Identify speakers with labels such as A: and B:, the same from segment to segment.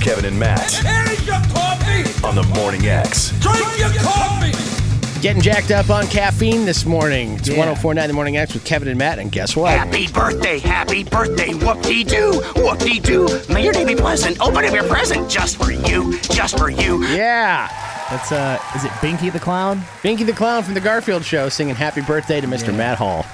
A: Kevin and Matt
B: Here's your coffee.
A: on the Morning X.
B: Drink your coffee.
C: Getting jacked up on caffeine this morning. It's
D: Yeah.
C: 1049 the morning X with Kevin and Matt, and guess what?
E: Happy birthday, happy birthday, whoop-dee-doo, whoop-dee-doo. May your day be pleasant. Open up your present just for you, just for you.
C: Yeah.
D: That's uh, is it Binky the Clown?
C: Binky the Clown from the Garfield Show singing happy birthday to Mr. Matt Hall.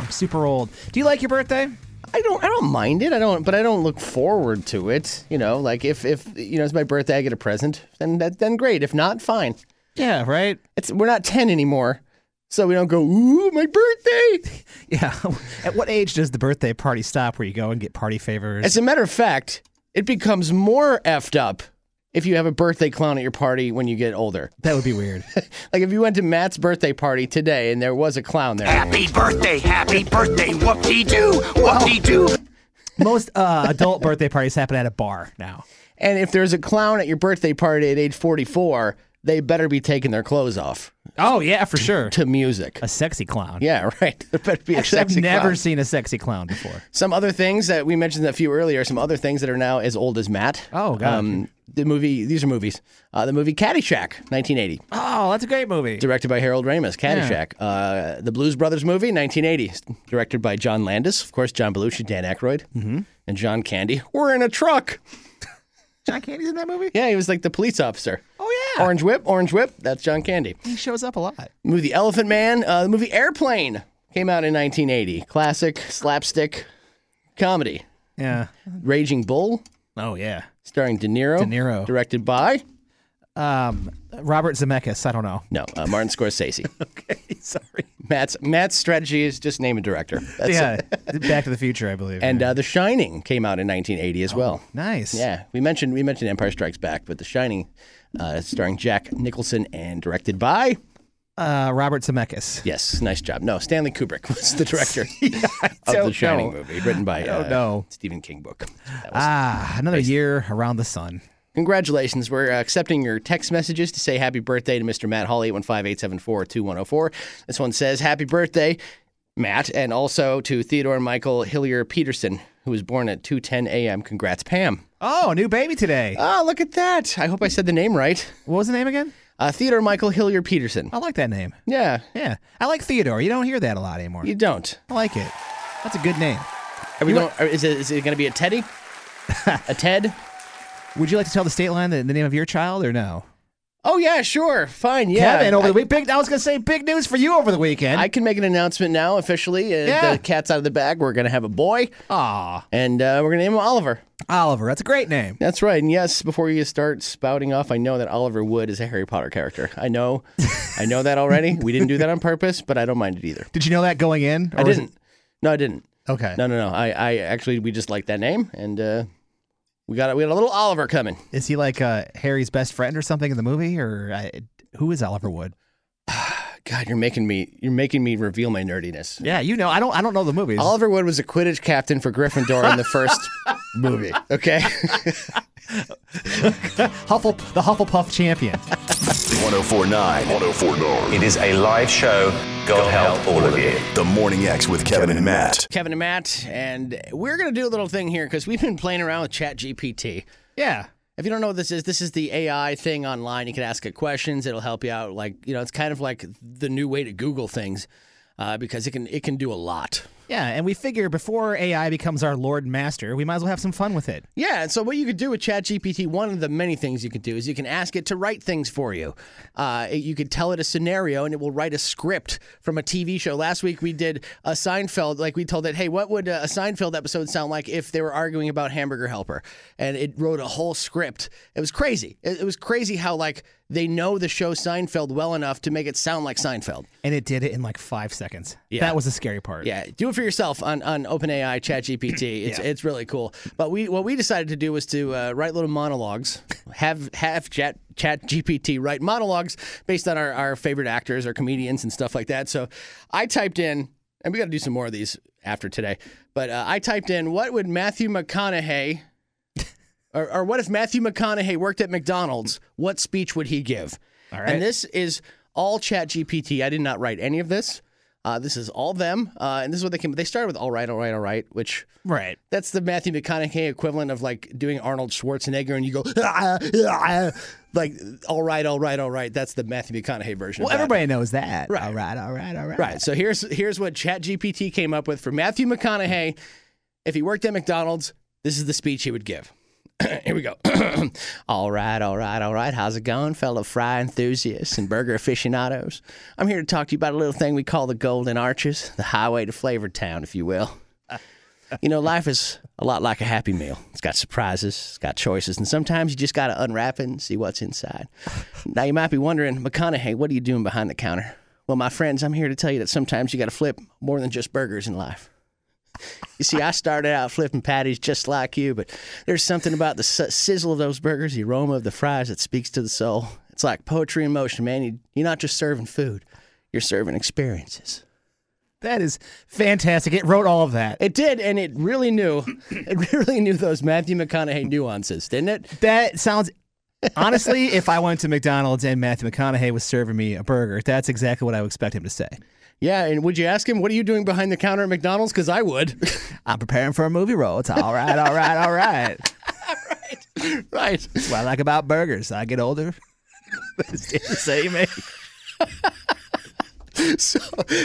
D: I'm super old. Do you like your birthday?
C: I don't I don't mind it. I don't but I don't look forward to it. You know, like if if you know it's my birthday I get a present, then that then great. If not, fine.
D: Yeah, right.
C: It's we're not 10 anymore. So we don't go, "Ooh, my birthday."
D: Yeah. At what age does the birthday party stop, where you go and get party favors?
C: As a matter of fact, it becomes more effed up if you have a birthday clown at your party when you get older.
D: that would be weird.
C: Like if you went to Matt's birthday party today and there was a clown there.
E: Happy birthday, happy birthday, whoop-dee-doo, whoop-dee-doo.
D: Most uh, adult birthday parties happen at a bar now.
C: And if there's a clown at your birthday party at age 44, they better be taking their clothes off
D: Oh yeah, for sure.
C: to music.
D: A sexy clown.
C: Yeah, right. There better be a
D: Actually,
C: sexy
D: I've never
C: clown.
D: seen a sexy clown before.
C: Some other things that we mentioned a few earlier, some other things that are now as old as Matt. Um,
D: Oh, God.
C: the movie, these are movies. Uh, the movie Caddyshack, 1980,
D: Oh, that's a great movie.
C: directed by Harold Ramis. Caddyshack. Uh, the Blues Brothers movie, 1980, directed by John Landis. Of course, John Belushi, Dan Aykroyd,
D: Mm-hmm.
C: and John Candy. We're in a truck.
D: John Candy's in that movie.
C: Yeah, he was like the police officer.
D: Oh yeah.
C: Orange Whip, Orange Whip. That's John Candy.
D: he shows up a lot.
C: Movie Elephant Man, uh, the movie Airplane came out in 1980. Classic slapstick comedy.
D: Yeah.
C: Raging Bull,
D: Oh yeah.
C: starring De Niro.
D: De Niro.
C: Directed by?
D: Um, Robert Zemeckis. I don't know.
C: No, uh, Martin Scorsese.
D: Okay, sorry.
C: Matt's, Matt's strategy is just name a director. That's
D: yeah,
C: it.
D: Back to the Future, I believe.
C: And
D: yeah.
C: uh, The Shining came out in 1980 as well.
D: Oh, nice.
C: Yeah, we mentioned we mentioned Empire Strikes Back, but The Shining, uh, starring Jack Nicholson and directed by?
D: Uh, Robert Zemeckis.
C: Yes, nice job. No, Stanley Kubrick was the director of
D: don't
C: The Shining
D: know.
C: movie, written by uh,
D: know.
C: Stephen King book. That was
D: Ah, another year around the sun.
C: Congratulations. We're uh, accepting your text messages to say happy birthday to Mr. Matt Hall, 815 874 2104. This one says, Happy birthday, Matt, and also to Theodore Michael Hillier Peterson, who was born at 2.10 a.m. Congrats, Pam.
D: Oh, new baby today.
C: Ah, look at that. I hope I said the name right.
D: What was the name again?
C: Uh, Theodore Michael Hillier Peterson.
D: I like that name.
C: Yeah,
D: Yeah, I like Theodore. You don't hear that a lot anymore.
C: you don't.
D: I like it. That's a good name.
C: Are we going, are, is it, is it going to be a Teddy? a Ted?
D: Would you like to tell the state line the, the name of your child or no?
C: Oh, yeah, sure. Fine. Yeah.
D: Kevin, over
C: I-
D: the week, big. I was gonna say big news for you over the weekend.
C: I can make an announcement now officially. Uh,
D: Yeah.
C: The cat's out of the bag. We're going to have a boy,
D: Aw,
C: and uh, we're going to name him Oliver.
D: Oliver. That's a great name.
C: That's right. And yes, before you start spouting off, I know that Oliver Wood is a Harry Potter character. I know. I know that already. We didn't do that on purpose, but I don't mind it either.
D: Did you know that going in?
C: I
D: or was it-
C: didn't. No, I didn't.
D: Okay.
C: No, no, no. I, I actually we just liked that name and uh we got we got a little Oliver coming.
D: Is he like uh, Harry's best friend or something in the movie, or I, who is Oliver Wood?
C: God, you're making me you're making me reveal my nerdiness.
D: Yeah, you know, I don't. I don't know the movies.
C: Oliver Wood was a Quidditch captain for Gryffindor in the first movie. Okay.
D: Huffle, the Hufflepuff champion.
A: 1049. 1049.
F: It is a live show. God help all of you.
A: The Morning X with Kevin and Matt.
C: Kevin and Matt, and we're gonna do a little thing here because we've been playing around with Chat GPT.
D: Yeah.
C: If you don't know what this is, this is the AI thing online. You can ask it questions. It'll help you out. Like you know, it's kind of like the new way to Google things uh, because it can it can do a lot.
D: Yeah, and we figure before AI becomes our lord and master, we might as well have some fun with it.
C: Yeah, and so what you could do with ChatGPT, one of the many things you could do is you can ask it to write things for you. Uh, it- you could tell it a scenario, and it will write a script from a TV show. Last week we did a Seinfeld, like we told it, hey, what would a Seinfeld episode sound like if they were arguing about Hamburger Helper? And it wrote a whole script. It was crazy. It, it was crazy how like they know the show Seinfeld well enough to make it sound like Seinfeld.
D: And it did it in like five seconds. Yeah. That was the scary part.
C: Yeah, do it for yourself on on OpenAI ChatGPT. It's it's really cool. But we what we decided to do was to uh, write little monologues. Have have Chat ChatGPT write monologues based on our our favorite actors or comedians and stuff like that. So I typed in, and we got to do some more of these after today. But uh, I typed in, what would Matthew McConaughey? Or, or what if Matthew McConaughey worked at McDonald's? What speech would he give?
D: All right.
C: And this is all ChatGPT. I did not write any of this. Uh, this is all them, uh, and this is what they came. They started with all right, all right, all right, which
D: Right.
C: that's the Matthew McConaughey equivalent of like doing Arnold Schwarzenegger, and you go "Ah, ah, ah," like all right, all right, all right. That's the Matthew McConaughey version.
D: Well,
C: of that.
D: everybody knows that.
C: Right.
D: All right. All right. All right.
C: Right. So here's here's what ChatGPT came up with for Matthew McConaughey. If he worked at McDonald's, this is the speech he would give. Here we go. all right, all right, all right. How's it going, fellow fry enthusiasts and burger aficionados? I'm here to talk to you about a little thing we call the Golden Arches, the highway to Flavor Town, if you will. You know, life is a lot like a happy meal. It's got surprises, it's got choices, and sometimes you just got to unwrap it and see what's inside. Now, you might be wondering, McConaughey, what are you doing behind the counter? Well, my friends, I'm here to tell you that sometimes you got to flip more than just burgers in life. You see, I started out flipping patties just like you, but there's something about the si- sizzle of those burgers, the aroma of the fries that speaks to the soul. It's like poetry in motion, man. You, you're not just serving food, you're serving experiences.
D: That is fantastic. It wrote all of that.
C: It did, and it really knew. It really knew those Matthew McConaughey nuances, didn't it?
D: That sounds. Honestly, if I went to McDonald's and Matthew McConaughey was serving me a burger, that's exactly what I would expect him to say.
C: Yeah, and would you ask him, what are you doing behind the counter at McDonald's? Because I would.
D: I'm preparing for a movie role. It's all right, all right, all right.
C: right.
D: That's what I like about burgers. I get older. Those days they make.
C: So,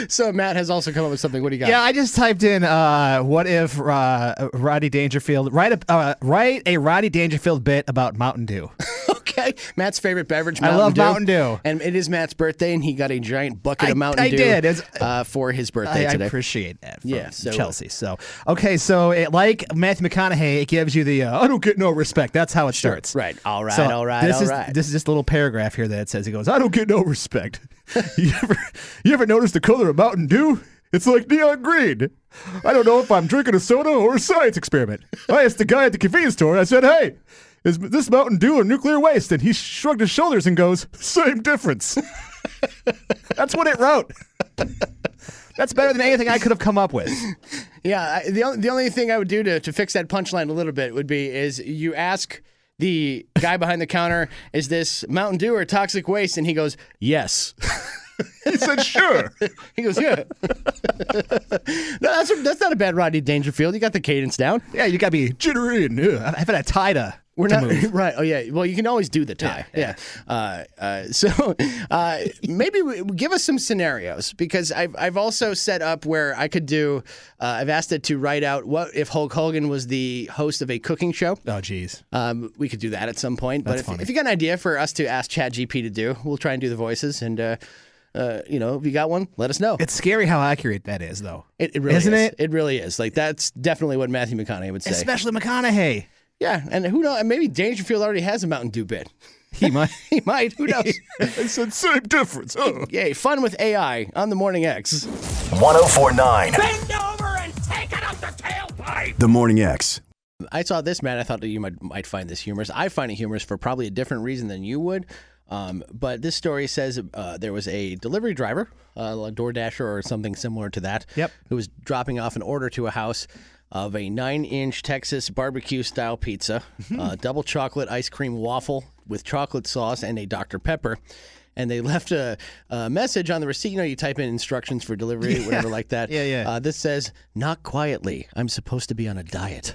C: so Matt has also come up with something. What do you got?
D: Yeah, I just typed in uh, "What if uh, Roddy Dangerfield write a uh, write a Roddy Dangerfield bit about Mountain Dew."
C: Okay. Matt's favorite beverage,
D: I
C: Mountain
D: love
C: Dew.
D: Mountain Dew.
C: And it is Matt's birthday, and he got a giant bucket
D: I-
C: of Mountain
D: I
C: Dew
D: did. It's-
C: uh, for his birthday
D: I, I
C: today.
D: appreciate that. From
C: Yeah, so-
D: Chelsea. So okay, so it, like Matthew McConaughey, it gives you the uh, "I don't get no respect." That's how it starts.
C: Right. All right,
D: So
C: all right,
D: This
C: all
D: is
C: right.
D: this is just a little paragraph here that says he goes, "I don't get no respect." you ever you ever notice the color of Mountain Dew? It's like neon green. I don't know if I'm drinking a soda or a science experiment. I asked the guy at the convenience store. I said, "Hey." Is this Mountain Dew or nuclear waste? And he shrugged his shoulders and goes, "Same difference." That's what it wrote. That's better than anything I could have come up with.
C: Yeah, I, the only, the only thing I would do to, to fix that punchline a little bit would be is you ask the guy behind the counter, is this Mountain Dew or toxic waste? And he goes, yes.
D: He said, "Sure."
C: He goes, yeah. no, that's that's not a bad Rodney Dangerfield. You got the cadence down.
D: yeah, you gotta be jittery and ugh, I've had a tie to.
C: We're
D: to
C: not
D: move.
C: right. Oh yeah. Well, you can always do the tie. Yeah. Uh, uh, so uh, maybe we, give us some scenarios because I've I've also set up where I could do. Uh, I've asked it to write out what if Hulk Hogan was the host of a cooking show.
D: Oh, jeez.
C: Um, we could do that at some point.
D: That's
C: but if,
D: funny.
C: if you got an idea for us to ask ChatGP to do, we'll try and do the voices. And uh, uh, you know, if you got one, let us know.
D: It's scary how accurate that is, though.
C: it, it really
D: isn't
C: is.
D: it?
C: It really is. Like that's definitely what Matthew McConaughey would say.
D: Especially McConaughey.
C: yeah, and who knows? Maybe Dangerfield already has a Mountain Dew bit.
D: He might.
C: He might. Who knows?
D: it's the same difference. Oh.
C: Yay! Fun with AI on the Morning X.
A: 1049.
B: Bend over and take it up the tailpipe!
A: The Morning X.
C: I saw this, Matt. I thought that you might might find this humorous. I find it humorous for probably a different reason than you would. Um, but this story says uh, there was a delivery driver, uh, a DoorDasher or something similar to that,
D: Yep.
C: who was dropping off an order to a house of a nine-inch Texas barbecue-style pizza,
D: Mm-hmm.
C: uh, double chocolate ice cream waffle with chocolate sauce and a Dr. Pepper. And they left a, a message on the receipt. You know, you type in instructions for delivery, whatever like that.
D: Yeah, yeah.
C: Uh, this says, "Not quietly. I'm supposed to be on a diet."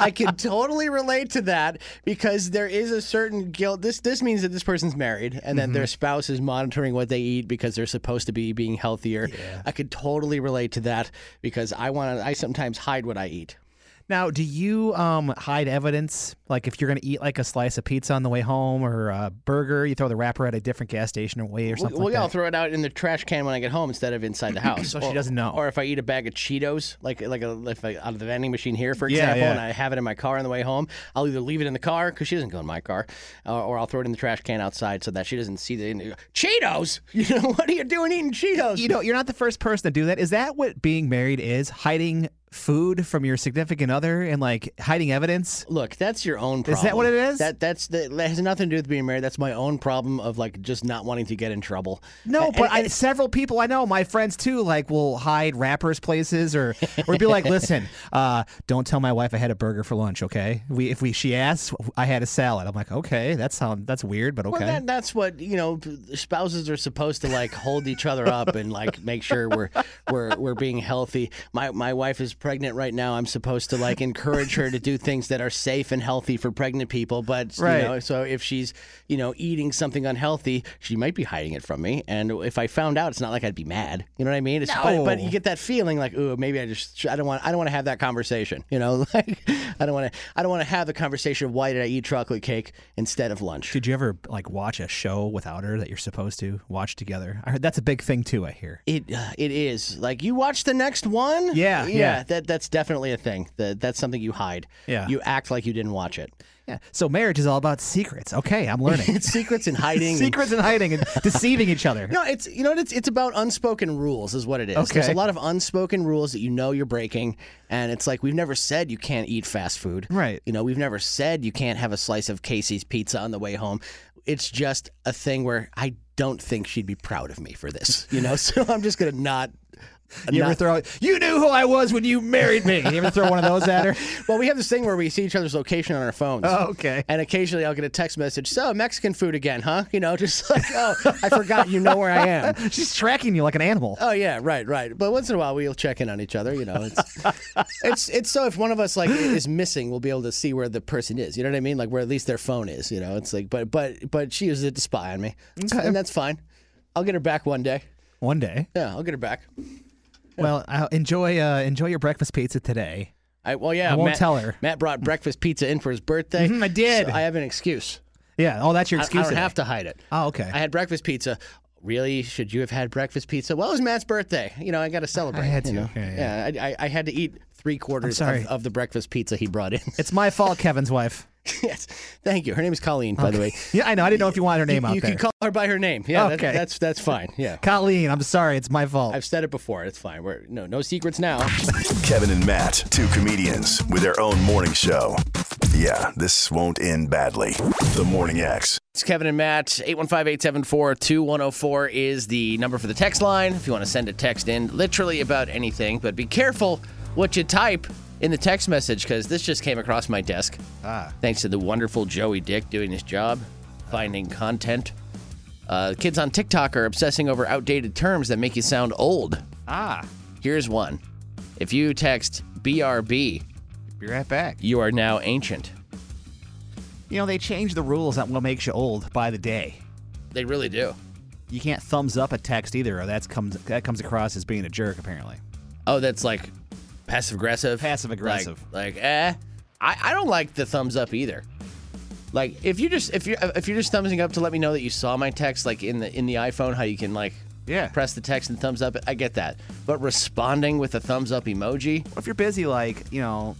C: I can totally relate to that because there is a certain guilt. This this means that this person's married and that
D: Mm-hmm.
C: their spouse is monitoring what they eat because they're supposed to be being healthier. I could totally relate to that because I want to. I sometimes hide what I eat.
D: Now, do you um, hide evidence? Like, if you're going to eat like a slice of pizza on the way home or a burger, you throw the wrapper at a different gas station away or
C: Well,
D: something.
C: well,
D: like
C: yeah, I'll
D: that.
C: throw it out in the trash can when I get home instead of inside the house.
D: So she
C: Or-
D: doesn't know.
C: Or if I eat a bag of Cheetos, like like a, if I, out of the vending machine here, for
D: Yeah,
C: example,
D: yeah.
C: and I have it in my car on the way home, I'll either leave it in the car because she doesn't go in my car, or, or I'll throw it in the trash can outside so that she doesn't see the Cheetos. You know what are you doing eating Cheetos?
D: You know, you're not the first person to do that. Is that what being married is? Hiding food from your significant other and like hiding evidence?
C: Look, that's your own problem.
D: Is that what it is?
C: That that's that has nothing to do with being married. That's my own problem of like just not wanting to get in trouble.
D: No,
C: And-
D: but I,
C: and-
D: several people I know, my friends too, like will hide rappers' places or or be like, "Listen, uh, don't tell my wife I had a burger for lunch, okay? We if we she asks, I had a salad." I'm like, "Okay, that sound that's weird, but okay."
C: Well, that, that's what you know. Spouses are supposed to like hold each other up and like make sure we're we're we're being healthy. My my wife is pregnant right now. I'm supposed to like encourage her to do things that are safe and healthy for pregnant people. But
D: Right.
C: you know, so if she's you know eating something unhealthy, she might be hiding it from me. And if I found out, it's not like I'd be mad. You know what I mean? It's, but, but
D: No.
C: you get that feeling like, ooh, maybe I just I don't want I don't want to have that conversation. You know, like I don't want to I don't want to have the conversation of why did I eat chocolate cake instead of lunch.
D: Did you ever like watch a show without her that you're supposed to watch together? I heard that's a big thing too. I hear.
C: It uh, it is like you watch the next one.
D: Yeah, yeah.
C: That that's definitely a thing. That that's something you hide.
D: Yeah.
C: you act like you didn't watch it.
D: Yeah. So marriage is all about secrets. Okay, I'm learning.
C: It's secrets and hiding. and-
D: secrets and hiding and deceiving each other.
C: no, it's you know what, it's it's about unspoken rules is what it is. There's
D: Okay.
C: a lot of unspoken rules that you know you're breaking, and it's like we've never said you can't eat fast food.
D: Right.
C: You know we've never said you can't have a slice of Casey's pizza on the way home. It's just a thing where I don't think she'd be proud of me for this. You know, so I'm just gonna not.
D: you ever
C: not-
D: throw? You knew who I was when you married me. You ever throw one of those at her?
C: Well, we have this thing where we see each other's location on our phones.
D: Oh, okay.
C: And occasionally I'll get a text message, so Mexican food again, huh? You know, just like, oh, I forgot you know where I am.
D: She's tracking you like an animal.
C: Oh yeah, right, right. But once in a while we'll check in on each other, you know. It's it's it's so if one of us like is missing, we'll be able to see where the person is. You know what I mean? Like where at least their phone is, you know. It's like but but but she uses it to spy on me. And that's fine. I'll get her back one day.
D: One day.
C: Yeah, I'll get her back.
D: Well, i enjoy uh, enjoy your breakfast pizza today.
C: I, well, yeah.
D: I won't
C: Matt-
D: tell her.
C: Matt brought breakfast pizza in for his birthday.
D: Mhm, I did.
C: So I have an excuse.
D: Yeah. Oh, that's your
C: I-
D: excuse.
C: I don't
D: today.
C: have to hide it.
D: Oh, okay.
C: I had breakfast pizza. Really? Should you have had breakfast pizza? Well, it was Matt's birthday. You know, I got to celebrate.
D: I had
C: you
D: to.
C: know?
D: Yeah,
C: Yeah,
D: yeah.
C: I, I, I had to eat three quarters
D: I'm sorry.
C: of, of the breakfast pizza he brought in.
D: it's my fault, Kevin's wife.
C: yes. Thank you. Her name is Colleen, by the way.
D: Yeah, I know. I didn't know if you wanted her name out
C: you
D: there.
C: can call her by her name. Yeah, that-
D: Okay.
C: that's that's fine. Yeah.
D: Colleen, I'm sorry. It's my fault.
C: I've said it before. It's fine. We're no no secrets now.
A: Kevin and Matt, two comedians with their own morning show. Yeah, this won't end badly. The Morning X.
C: It's Kevin and Matt. 815-874-2104 is the number for the text line. If you want to send a text in, literally about anything, but be careful what you type in the text message because this just came across my desk. Ah. Thanks to the wonderful Joey Dick doing his job, finding content. Uh, kids on TikTok are obsessing over outdated terms that make you sound old. Ah. Here's one. If you text BRB,
D: Be right back.
C: you are now ancient.
D: You know, they change the rules on what makes you old by the day.
C: They really do.
D: You can't thumbs up a text either, or that's comes that comes across as being a jerk. Apparently,
C: Oh, that's like passive aggressive.
D: Passive aggressive.
C: Like, like, eh. I, I don't like the thumbs up either. Like if you just if you are if you're just thumbsing up to let me know that you saw my text, like in the in the iPhone, how you can like
D: Yeah.
C: press the text and thumbs up. I get that. But responding with a thumbs up emoji,
D: if you're busy, like you know,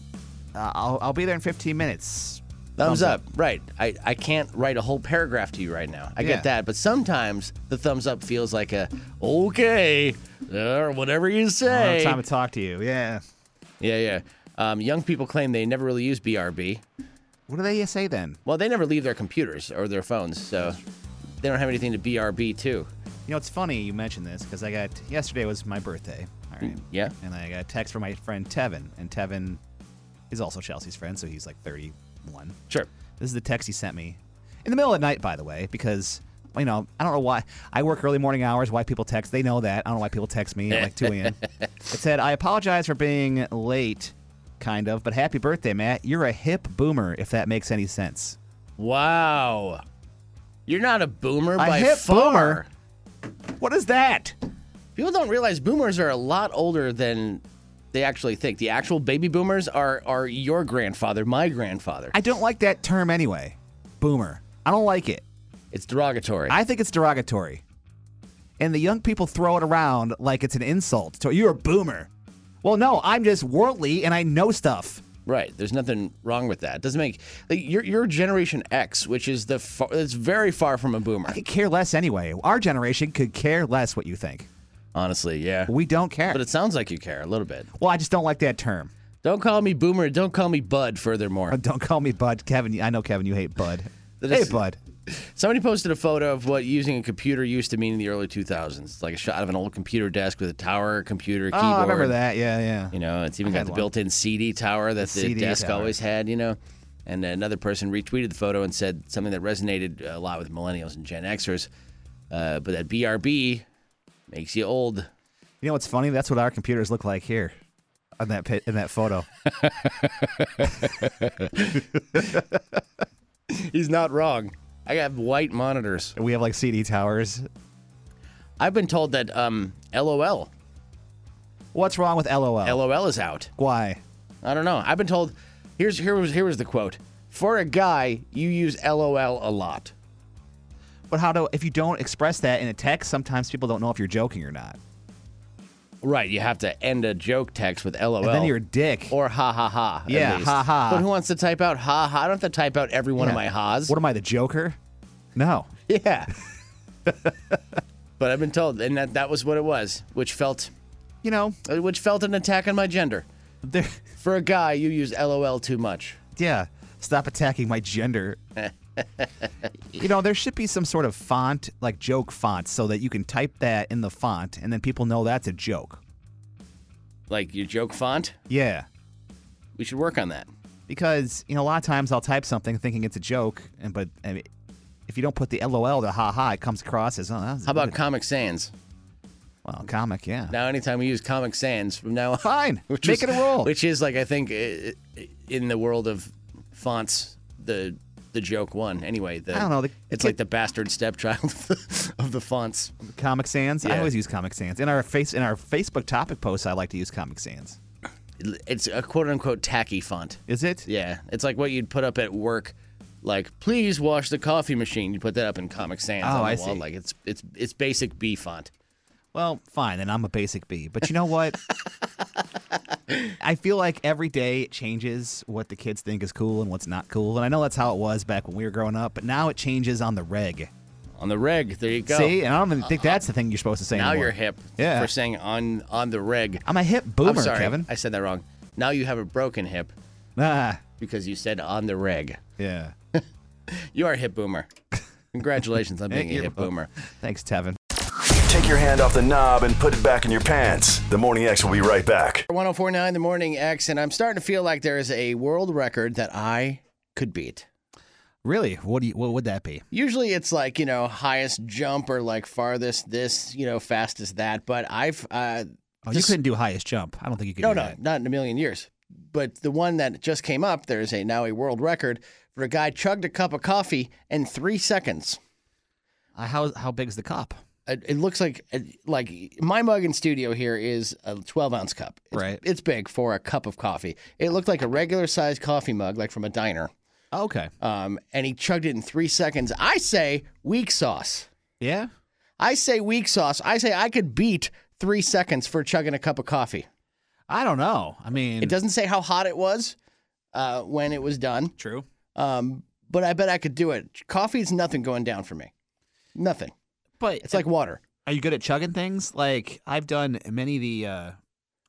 D: uh, I'll I'll be there in 15 minutes.
C: thumbs, up. Right. I I can't write a whole paragraph to you right now. I
D: Yeah.
C: get that. But sometimes the thumbs up feels like a okay or whatever you
D: I don't
C: say.
D: have time to talk to you. Yeah.
C: yeah, yeah. Um, young people claim they never really use BRB.
D: What do they say then?
C: Well, they never leave their computers or their phones, so they don't have anything to BRB to.
D: You know, it's funny you mentioned this because I got yesterday was my birthday. All right.
C: yeah.
D: And I got a text from my friend Tevin, and Tevin is also Chelsea's friend, so he's like 31.
C: Sure.
D: This is the text he sent me in the middle of the night, by the way, because you know I don't know why I work early morning hours. Why people text? They know that. I don't know why people text me at like 2 a.m. It said, "I apologize for being late, kind of, but happy birthday, Matt. You're a hip boomer, if that makes any sense."
C: Wow. You're not a boomer by
D: hip
C: far.
D: boomer? What is that?
C: People don't realize boomers are a lot older than they actually think. The actual baby boomers are are your grandfather, my grandfather.
D: I don't like that term anyway. Boomer. I don't like it.
C: it's derogatory.
D: I think it's derogatory. And the young people throw it around like it's an insult. So you're a boomer. Well, no, I'm just worldly and I know stuff.
C: Right. There's nothing wrong with that. doesn't make like your your generation X, which is the far, it's very far from a boomer.
D: I could care less anyway. Our generation could care less what you think.
C: Honestly, yeah.
D: We don't care.
C: But it sounds like you care a little bit.
D: well, I just don't like that term.
C: Don't call me boomer. Don't call me bud. Furthermore,
D: Don't call me Bud, Kevin. I know Kevin, you hate Bud.
C: That
D: hey,
C: is-
D: Bud.
C: somebody posted a photo of what using a computer used to mean in the early 2000s, like a shot of an old computer desk with a tower, computer,
D: Oh,
C: keyboard.
D: I remember that. Yeah, yeah.
C: You know, it's even
D: I
C: got
D: had
C: the
D: one.
C: built-in CD tower that the,
D: CD
C: desk
D: tower.
C: always had. You know, and another person retweeted the photo and said something that resonated a lot with millennials and Gen Xers, uh, but that BRB makes you old.
D: You know what's funny? That's what our computers look like here on that pit, in that photo.
C: He's not wrong. I got white monitors.
D: we have like CD towers.
C: I've been told that um, LOL,
D: What's wrong with LOL?
C: LOL is out.
D: Why?
C: I don't know. I've been told. Here's here was here was the quote. For a guy, you use LOL a lot.
D: But how do if you don't express that in a text, sometimes people don't know if you're joking or not.
C: Right, you have to end a joke text with LOL.
D: And then you're a dick.
C: or ha ha ha. at
D: Yeah,
C: least.
D: ha, ha.
C: But who wants to type out ha ha? I don't have to type out every one of
D: Yeah.
C: my ha's.
D: What am I, the Joker? No.
C: yeah. but I've been told, and that that was what it was, which felt
D: You know,
C: uh, which felt an attack on my gender.
D: there.
C: For a guy, you use LOL too much.
D: Yeah. Stop attacking my gender. you know, there should be some sort of font, like joke font, so that you can type that in the font, and then people know that's a joke.
C: Like your joke font.
D: Yeah.
C: We should work on that.
D: because you know a lot of times I'll type something thinking it's a joke, and but I mean, if you don't put the LOL, the ha ha, it comes across as oh, that was a
C: How about
D: good-
C: Comic Sans?
D: well, comic, yeah.
C: Now, anytime we use Comic Sans from now on,
D: Fine,
C: which is-
D: make it a rule.
C: Which is like I think i- i- in the world of fonts, the the joke one. Anyway, the,
D: I don't know, the-
C: it's
D: the
C: like
D: kid-
C: the bastard stepchild of the, of the fonts.
D: comic Sans, I
C: Yeah.
D: always use Comic Sans in our face in our Facebook topic posts. I like to use Comic Sans.
C: It's a quote unquote tacky font.
D: Is it?
C: Yeah, it's like what you'd put up at work. Like, please wash the coffee machine. You put that up in Comic Sans.
D: Oh,
C: on the
D: I
C: wall.
D: see.
C: Like it's it's it's basic B font.
D: Well, fine, then I'm a basic B. But you know what? I feel like every day it changes what the kids think is cool and what's not cool. And I know that's how it was back when we were growing up, but now it changes on the reg.
C: On the reg, there you go. Uh-huh.
D: See, and I don't even think that's the thing you're supposed to say.
C: now
D: anymore.
C: you're hip
D: Yeah.
C: for saying on on the reg.
D: I'm a hip boomer,
C: I'm sorry,
D: Kevin.
C: I said that wrong. Now you have a broken hip
D: Ah,
C: because you said on the reg.
D: yeah.
C: You are a hip boomer. Congratulations on being a
D: You're
C: hip
D: welcome.
C: boomer.
D: Thanks, Tevin.
A: Take your hand off the knob and put it back in your pants. The Morning X will be right back.
C: 1049 The Morning X, and I'm starting to feel like there is a world record that I could beat.
D: Really? What do you? What would that be?
C: Usually it's like, you know, highest jump or like farthest this, you know, fastest that, but I've, uh,
D: Oh,
C: This-
D: you couldn't do highest jump. I don't think you could.
C: no,
D: do
C: no,
D: that.
C: not in a million years. But the one that just came up, there's a now a world record for a guy chugged a cup of coffee in three seconds.
D: Uh, how how big's the cup?
C: it it looks like like my mug in studio here is a 12 ounce cup it's,
D: Right.
C: it's big for a cup of coffee it looked like a regular sized coffee mug like from a diner
D: Oh, okay.
C: um, and he chugged it in three seconds i say weak sauce
D: Yeah.
C: i say weak sauce i say i could beat three seconds for chugging a cup of coffee
D: I don't know. I mean,
C: it doesn't say how hot it was uh, when it was done
D: True.
C: um, but i bet i could do it coffee's nothing going down for me nothing
D: But
C: it's like water
D: are you good at chugging things? Like I've done many of the. uh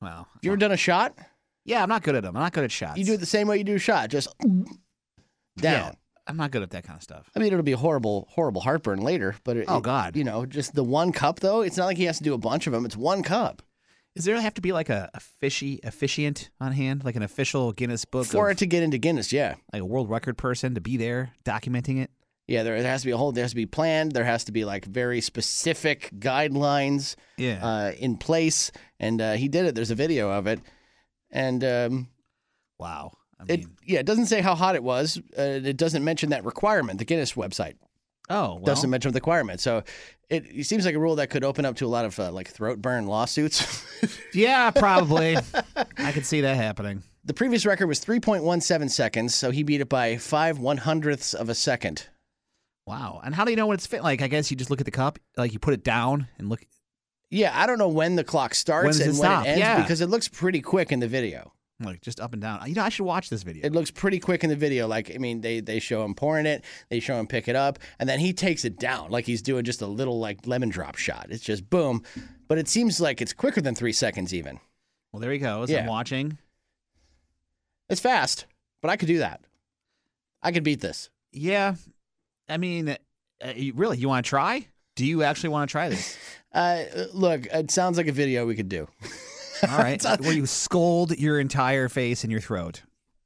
D: Well,
C: you ever done a shot
D: yeah, I'm not good at them. I'm not good at shots.
C: you do it the same way you do a shot just down
D: Yeah. I'm not good at that kind of stuff.
C: I mean, it'll be horrible, horrible heartburn later. But it,
D: Oh,
C: it-
D: God.
C: you know, just the one cup though. It's not like he has to do a bunch of them. It's one cup
D: Is there have to be like a, a fishy officiant on hand, like an official Guinness book
C: for
D: of-
C: it to get into Guinness. Yeah,
D: like a world record person to be there documenting it?
C: yeah. There, there has to be a whole. There has to be planned. There has to be like very specific guidelines
D: Yeah.
C: uh, in place. And uh, he did it. There's a video of it. And um,
D: wow. I mean,
C: it, yeah, it doesn't say how hot it was. Uh, it doesn't mention that requirement. The Guinness website
D: oh, well,
C: doesn't mention the requirement. So it, it seems like a rule that could open up to a lot of uh, like throat burn lawsuits.
D: Yeah, probably. I could see that happening.
C: The previous record was 3.17 seconds, so he beat it by five one hundredths of a second.
D: Wow. And how do you know when it's fit? Like, I guess you just look at the cup, like you put it down and look.
C: Yeah, I don't know when the clock
D: When
C: starts
D: does it
C: and when
D: stop?
C: it ends
D: Yeah.
C: because it looks pretty quick in the video.
D: Like just up and down. You know, I should watch this video.
C: It looks pretty quick in the video. Like, I mean, they, they show him pouring it, they show him pick it up, and then he takes it down like he's doing just a little like lemon drop shot. It's just boom, but it seems like it's quicker than three seconds even.
D: Well, there he goes.
C: Yeah.
D: I'm watching.
C: It's fast, but I could do that. I could beat this.
D: Yeah. I mean, uh, you- really, you want to try? Do you actually want to try this?
C: Uh, look, it sounds like a video we could do.
D: All right. Where you scold your entire face and your throat.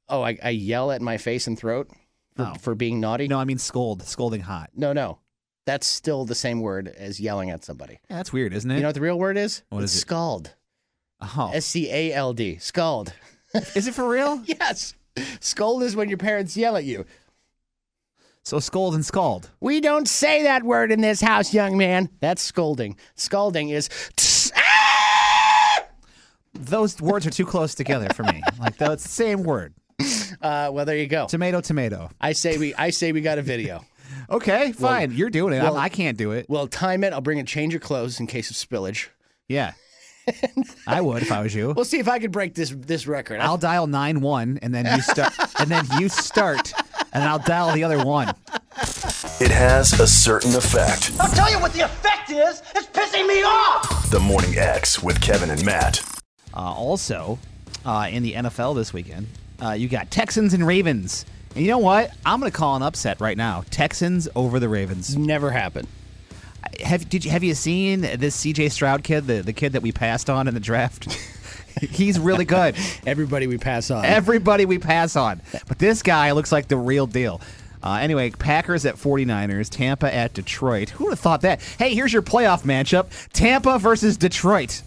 C: Oh, I, I yell at my face and throat for,
D: Oh.
C: for being naughty.
D: No, I mean scold, scolding hot.
C: no, no. That's still the same word as yelling at somebody.
D: Yeah, that's weird, isn't it?
C: You know what the real word is?
D: Eh? What
C: it's
D: is it?
C: scald.
D: oh.
C: S C A L D. Scald.
D: Is it for real?
C: Yes. Scold is when your parents yell at you.
D: So scold and scald.
C: We don't say that word in this house, young man. That's scolding. Scalding is.
D: Those words are too close together for me. Like that's the same word.
C: Uh, well, there you go.
D: Tomato, tomato.
C: I say we. I say we got a video.
D: Okay, fine. You're doing it. I'm- I can't do it.
C: We'll time it. I'll bring a change of clothes in case of spillage.
D: Yeah. I would if I was you.
C: We'll see if I can break this this record.
D: I'll dial nine one, and then you start, and then you start, and I'll dial the other one.
A: It has a certain effect.
G: I'll tell you what the effect is. It's pissing me off.
A: The Morning X with Kevin and Matt.
D: Uh, also, uh, in the NFL this weekend, uh, you got Texans and Ravens. And you know what? I'm gonna call an upset right now. Texans over the Ravens.
C: never happen.
D: Have did you have you seen this C.J. Stroud kid, the the kid that we passed on in the draft? He's really good.
C: Everybody we pass on.
D: Everybody we pass on. But this guy looks like the real deal. Uh, anyway, Packers at 49ers, Tampa at Detroit. Who would have thought that? Hey, here's your playoff matchup Tampa versus Detroit.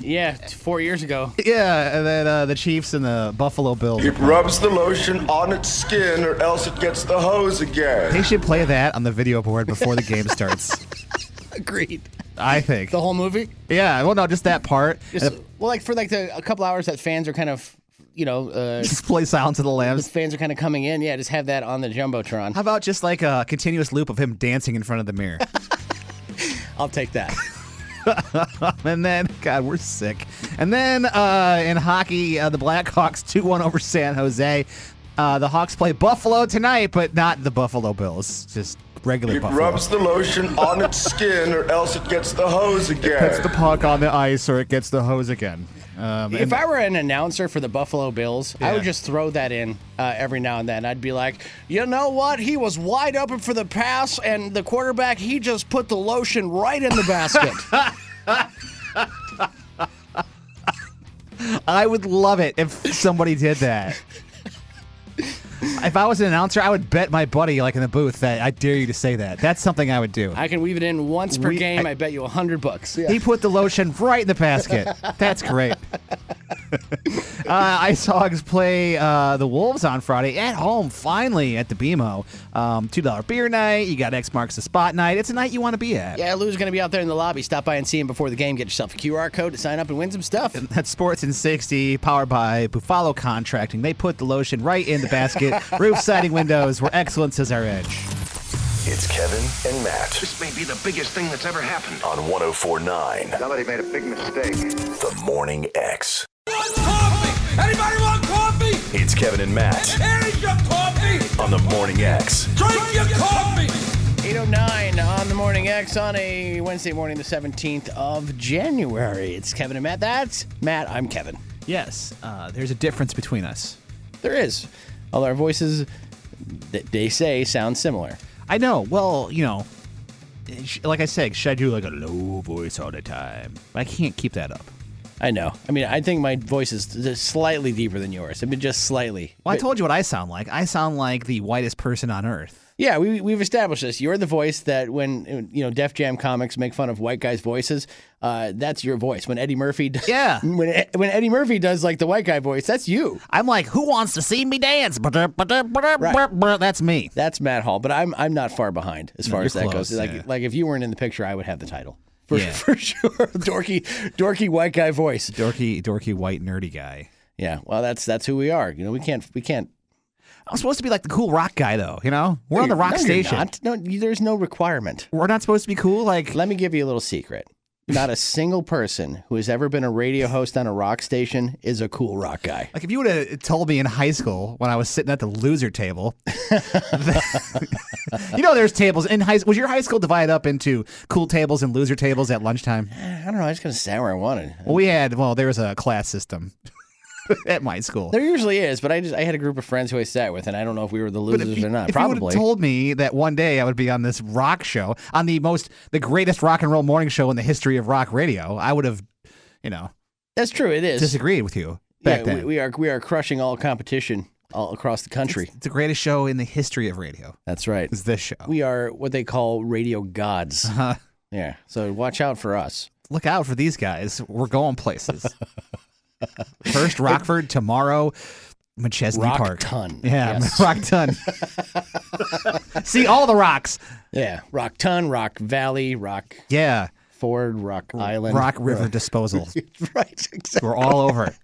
C: yeah, t- four years ago.
D: Yeah, and then uh, the Chiefs and the Buffalo Bills.
H: It rubs the lotion on its skin or else it gets the hose
D: They
H: again.
D: should play that on the video board before the game starts.
C: Agreed.
D: I think.
C: The whole movie.
D: Yeah, well, no, just that part.
C: Just,
D: And if-
C: well, like for like the, a couple hours that fans are kind of, you know, uh,
D: just play Silence of the Lambs.
C: fans are kind of coming in. Yeah, just have that on the jumbotron.
D: How about just like a continuous loop of him dancing in front of the mirror?
C: I'll take that.
D: And then, God, we're sick. And then uh, in hockey, uh, the Blackhawks 2 1 over San Jose. Uh, the Hawks play Buffalo tonight, but not the Buffalo Bills. Just regular
H: It
D: Buffalo.
H: rubs the lotion on its skin or else it gets the hose
D: Puts
H: again.
D: the puck on the ice or it gets the hose again. Um,
C: if I were an announcer for the Buffalo Bills, I would just throw that in uh, every now and then. I'd be like, you know what? He was wide open for the pass, and the quarterback he just put the lotion right in the basket.
D: I would love it if somebody did that. if I was an announcer, I would bet my buddy, like in the booth, that I dare you to say that. That's something I would do.
C: I can weave it in once per
D: We-
C: game. I, bet you a hundred bucks.
D: He put the lotion right in the basket. That's great. uh, Ice Hogs play uh, the Wolves on Friday at home, finally at the BMO. Um, $2 beer night. You got X marks the spot night. It's a night you want to be at.
C: Yeah, Lou's gonna be out there in the lobby. Stop by and see him before the game. Get yourself a QR code to sign up and win some stuff.
D: That's Sports in 60, powered by Buffalo Contracting. They put the lotion right in the basket. Roof, siding, windows, where excellence is our edge.
A: It's Kevin and Matt
E: This may be the biggest thing that's ever happened.
A: on 1049.
H: Somebody made a big mistake.
A: The Morning X.
G: Coffee. Anybody want coffee?
A: It's Kevin and Matt
G: Here's your coffee.
A: on the Morning X.
G: Drink your coffee.
C: 809 on the Morning X on a Wednesday morning, the 17th of January. It's Kevin and Matt. That's Matt. I'm Kevin.
D: Yes, uh, there's a difference between us.
C: There is. All our voices, th- they say, sound similar.
D: I know. Well, you know, sh- like I said, should I do like a low voice all the time? But I can't keep that up.
C: I know. I mean, I think my voice is just slightly deeper than yours. I mean, just slightly.
D: Well, I told you what I sound like. I sound like the whitest person on earth.
C: Yeah, we, we've established this. You're the voice that when, you know, Def Jam comics make fun of white guys' voices, uh, that's your voice. When Eddie Murphy does,
D: Yeah.
C: when, when Eddie Murphy does like the white guy voice, that's you.
D: I'm like, who wants to see me dance? Right. That's me.
C: That's Matt Hall, but I'm I'm not far behind as far
D: you're
C: as that
D: close,
C: goes. Like
D: yeah.
C: like if you weren't in the picture, I would have the title for,
D: Yeah.
C: for sure. dorky dorky white guy voice.
D: Dorky, dorky, white, nerdy guy.
C: Yeah, well, that's that's who we are. You know, we can't we can't.
D: I'm supposed to be like the cool rock guy, though. You know, we're on the rock
C: No, you're
D: station.
C: not. No, you- there's no requirement.
D: We're not supposed to be cool. Like,
C: Let me give you a little secret. Not a single person who has ever been a radio host on a rock station is a cool rock guy.
D: Like if you would have told me in high school when I was sitting at the loser table, you know, there's tables in high. Was your high school divided up into cool tables and loser tables at lunchtime?
C: I don't know. I just gonna sat where I wanted.
D: Well, we had. Well, there was a class system at my school.
C: There usually is, but I just I had a group of friends who I sat with, and I don't know if we were the
D: But
C: losers
D: if you,
C: or not.
D: if you would've
C: Probably.
D: told me that one day I would be on this rock show, on the most, the greatest rock and roll morning show in the history of rock radio, I would have, you know,
C: That's true. It is.
D: disagreed with you back
C: yeah,
D: then.
C: we, we are we are crushing all competition all across the country.
D: it's the greatest show in the history of radio.
C: That's right.
D: Is this show?
C: We are what they call radio gods.
D: Uh-huh.
C: Yeah. So watch out for us.
D: Look out for these guys. We're going places. First Rockford tomorrow, McChesney
C: Rock
D: Park.
C: ton.
D: Yeah,
C: Yes.
D: Rock Ton. See all the rocks.
C: Yeah. Rock Ton, Rock Valley, Rock
D: Yeah,
C: Ford, Rock Island.
D: Rock River Disposal.
C: right. Exactly.
D: We're all over. it.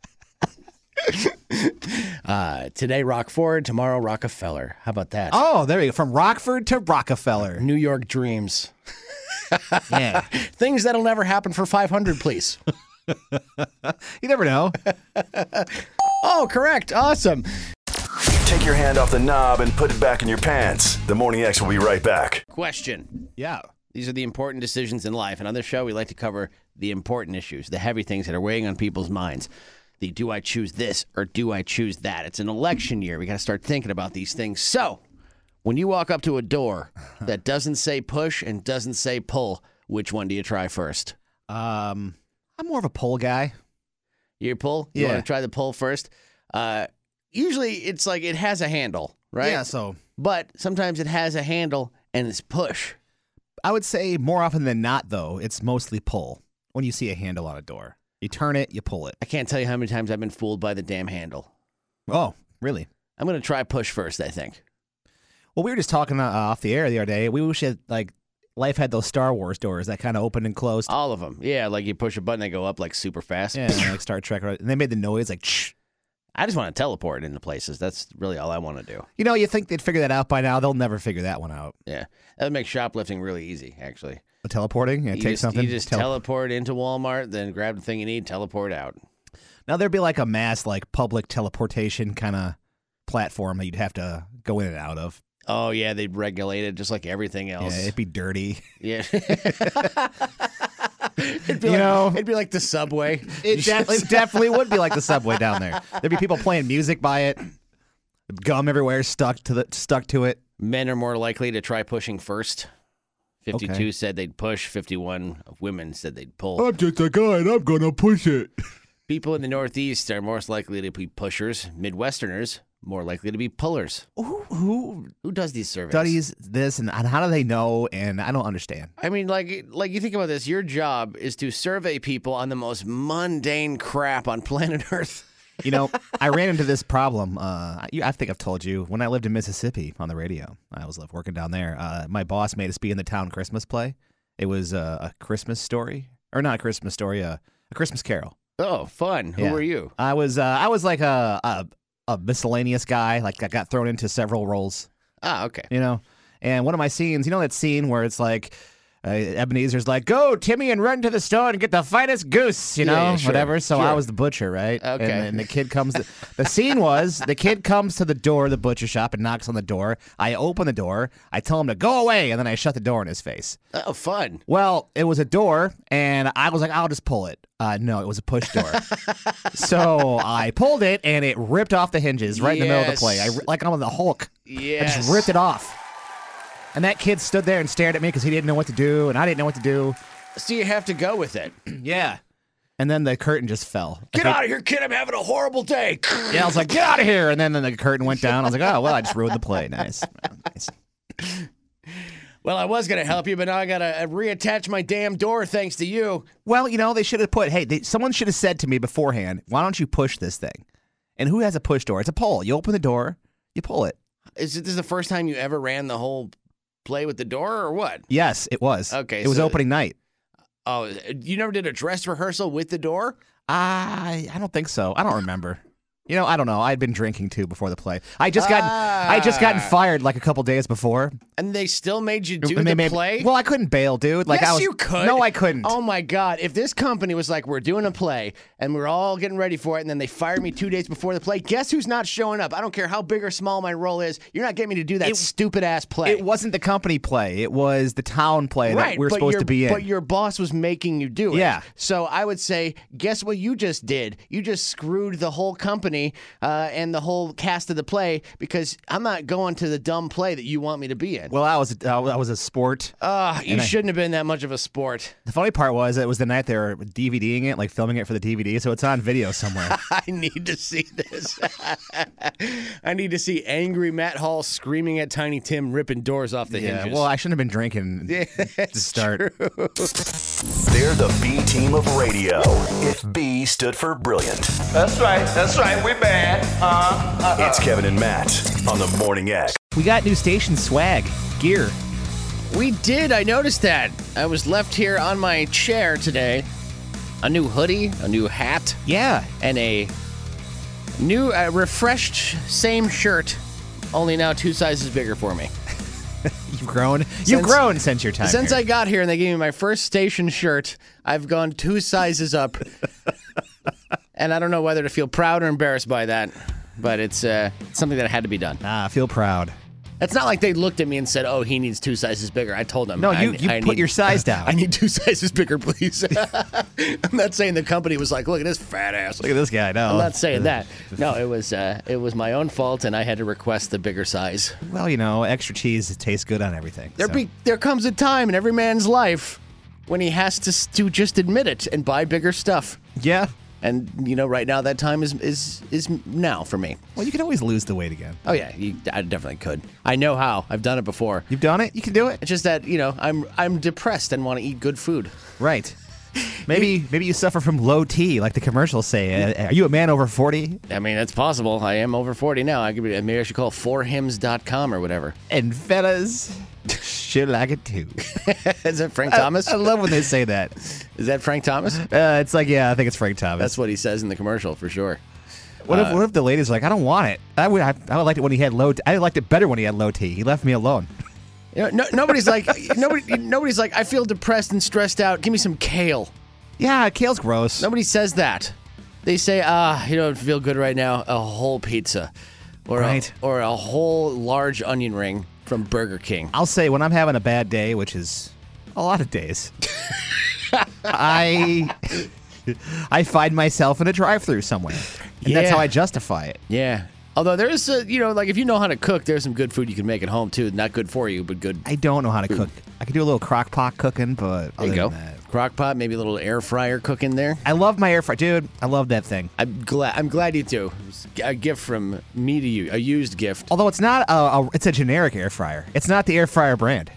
C: Uh, today, Rock Ford. Tomorrow, Rockefeller. How about that?
D: Oh, there you go. From Rockford to Rockefeller.
C: New York dreams.
D: Yeah.
C: Things that'll never happen for 500, please.
D: You never know.
C: oh, correct. Awesome.
A: Take your hand off the knob and put it back in your pants. The Morning X will be right back.
C: Question.
D: Yeah.
C: These are the important decisions in life. And on this show, we like to cover the important issues, the heavy things that are weighing on people's minds. The do I choose this or do I choose that? It's an election year. We got to start thinking about these things. So, when you walk up to a door that doesn't say push and doesn't say pull, which one do you try first?
D: Um, I'm more of a pole guy.
C: Your pull? You want
D: Yeah.
C: to try the pull first? Uh, usually it's like it has a handle, right?
D: Yeah. So
C: But sometimes it has a handle and it's push.
D: I would say more often than not, though, it's mostly pull. When you see a handle on a door, you turn it, you pull it.
C: I can't tell you how many times I've been fooled by the damn handle.
D: Oh, really?
C: I'm going to try push first, I think.
D: Well, we were just talking uh, off the air the other day. We wish that like life had those Star Wars doors that kind of opened and closed.
C: All of them. Yeah, like you push a button, they go up like super fast.
D: Yeah, like Star Trek, right? and they made the noise like. Shh.
C: I just want to teleport into places. That's really all I want to do.
D: You know, you think they'd figure that out by now? They'll never figure that one out.
C: Yeah. That would make shoplifting really easy, actually.
D: The teleporting, yeah,
C: you
D: take
C: just,
D: something.
C: You just
D: tele-
C: teleport into Walmart, then grab the thing you need, teleport out.
D: Now there'd be like a mass like public teleportation kind of platform that you'd have to go in and out of.
C: Oh, yeah, they'd regulate it just like everything
D: Yeah,
C: else.
D: it'd be dirty.
C: Yeah. it'd be
D: You
C: like,
D: know-
C: it'd be like the subway.
D: It definitely, definitely would be like the subway down there. There'd be people playing music by it, gum everywhere stuck to the stuck to it.
C: Men are more likely to try pushing first. 52
D: Okay.
C: said they'd push, 51 of women said they'd pull.
I: I'm just a guy and I'm gonna push it.
C: People in the Northeast are most likely to be pushers, Midwesterners more likely to be pullers.
D: Who, who
C: Who does these surveys?
D: studies this and, and how do they know? And I don't understand.
C: I mean, like, like you think about this. Your job is to survey people on the most mundane crap on planet Earth.
D: You know, I ran into this problem. Uh, you, I think I've told you when I lived in Mississippi on the radio. I was like, working down there. Uh, my boss made us be in the town Christmas play. It was uh, a Christmas story, or not a Christmas story, uh, a Christmas Carol.
C: Oh, fun. Who
D: Yeah.
C: are you?
D: I was uh, I was like a, a a miscellaneous guy. Like I got thrown into several roles.
C: Ah, okay.
D: you know. And one of my scenes, you know that scene where it's like uh, Ebenezer's like, "Go, Timmy, and run to the store and get the finest goose," you
C: Yeah,
D: know,
C: yeah, sure,
D: whatever. So I
C: sure.
D: was the butcher, right?
C: Okay.
D: And, then the kid comes. the scene was the kid comes to the door of the butcher shop and knocks on the door. I open the door. I tell him to go away, and then I shut the door in his face.
C: Oh, fun.
D: Well, it was a door, and I was like, I'll just pull it. Uh, no, it was a push door. so I pulled it, and it ripped off the hinges right in the middle of the play. I,
C: Yes.
D: like I'm the Hulk. I
C: Yes.
D: just ripped it off. And that kid stood there and stared at me because he didn't know what to do, and I didn't know what to do.
C: So you have to go with it.
D: Yeah. And then the curtain just fell.
C: Get out of here, kid. I'm having a horrible day.
D: Yeah, I was like, get out of here. And then, then the curtain went down. I was like, oh, well, I just ruined the play. Nice. nice.
C: Well, I was going to help you, but now I got to reattach my damn door thanks to you.
D: Well, you know, they should have put, hey, they, someone should have said to me beforehand, why don't you push this thing? And who has a push door? It's a pull. You open the door, you pull it.
C: Is it- this is the first time you ever ran the whole play with the door or what?
D: Yes, it was.
C: Okay,
D: It was
C: so-
D: opening night.
C: Oh, you never did a dress rehearsal with the door?
D: I, I don't think so. I don't remember. You know, I don't know. I'd been drinking too before the play. I just got I just gotten
C: Ah.
D: fired like a couple days before.
C: And they still made you do
D: And they
C: the
D: made-
C: play?
D: Well, I couldn't bail, dude. Like
C: yes,
D: I was.
C: you could.
D: No, I couldn't.
C: Oh my god! If this company was like, we're doing a play and we're all getting ready for it, and then they fired me two days before the play, guess who's not showing up? I don't care how big or small my role is. You're not getting me to do that
D: It-
C: stupid ass play.
D: It wasn't the company play. It was the town play that we are
C: but
D: supposed
C: your-
D: to be in.
C: But your boss was making you do it.
D: Yeah.
C: So I would say, guess what you just did? You just screwed the whole company uh, and the whole cast of the play because I'm not going to the dumb play that you want me to be in.
D: well, I was I was a sport.
C: Ah, you shouldn't have been that much of a sport.
D: the funny part was it was the night they were DVDing it, like filming it for the DVD, so it's on video somewhere.
C: I need to see this. I need to see angry Matt Hall screaming at Tiny Tim, ripping doors off the
D: yeah.
C: hinges.
D: Well, I shouldn't have been drinking to start.
A: They're the B team of radio. If B stood for brilliant,
H: That's right, that's right, we bad. Uh,
E: uh-huh.
H: uh,
A: it's Kevin and Matt on the Morning X.
D: We got new station swag gear.
C: We did. I noticed that. I was left here on my chair today. A new hoodie, a new hat,
D: Yeah,
C: and a new, uh, refreshed, same shirt, only now two sizes bigger for me.
D: you've grown. you've
C: Since-
D: grown since your time.
C: Since
D: here.
C: I got here and they gave me my first station shirt, I've gone two sizes up. and I don't know whether to feel proud or embarrassed by that, but it's uh, something that had to be done.
D: ah, feel proud.
C: It's not like they looked at me and said, oh, he needs two sizes bigger. I told them.
D: No,
C: I-
D: you, you
C: I
D: put
C: need-
D: your size down.
C: I need two sizes bigger, please. I'm not saying the company was like, look at this fat ass.
D: Look at this guy. No,
C: I'm not saying that. No, it was uh, it was my own fault, and I had to request the bigger size.
D: Well, you know, extra cheese tastes good on everything.
C: There
D: so.
C: be there comes a time in every man's life when he has to s- to just admit it and buy bigger stuff.
D: yeah.
C: And you know, right now that time is is is now for me.
D: Well, you can always lose the weight again.
C: Oh yeah, you, I definitely could. I know how. I've done it before.
D: You've done it. You can do it.
C: It's just that you know I'm I'm depressed and want to eat good food.
D: Right. Maybe maybe you suffer from low T, like the commercials say. Uh, Are you a man over forty?
C: I mean, that's possible. I am over 40 now. I could be, maybe I should call 4hims.com or whatever.
D: And fellas, shit like it too.
C: Is that Frank Thomas?
D: I love when they say that.
C: Is that Frank Thomas?
D: Uh, it's like, yeah, I think it's Frank Thomas.
C: That's uh, what he says in the commercial for sure.
D: what if what if the lady's like, I don't want it. I would I, I would liked it when he had low. T- I liked it better when he had low T. He left me alone.
C: You know, no, nobody's like nobody. Nobody's like I feel depressed and stressed out. Give me some kale.
D: Yeah, kale's gross.
C: Nobody says that. They say, ah, you don't feel good right now. A whole pizza, or
D: Right.
C: a, or a whole large onion ring from Burger King.
D: I'll say when I'm having a bad day, which is a lot of days, I I find myself in a drive-through somewhere, and that's how
C: Yeah.
D: I justify it.
C: Yeah. Although there is, a, you know, like if you know how to cook, there's some good food you can make at home too. Not good for you, but good.
D: I don't know how to cook. I can do a little crock pot cooking, but
C: Hmm. There
D: other
C: you go.
D: than that,
C: Crock pot, maybe a little air fryer cook in there.
D: I love my air fryer, dude. I love that thing.
C: I'm glad. I'm glad you do. A gift from me to you, a used gift.
D: Although it's not a, a it's a generic air fryer. It's not the air fryer brand.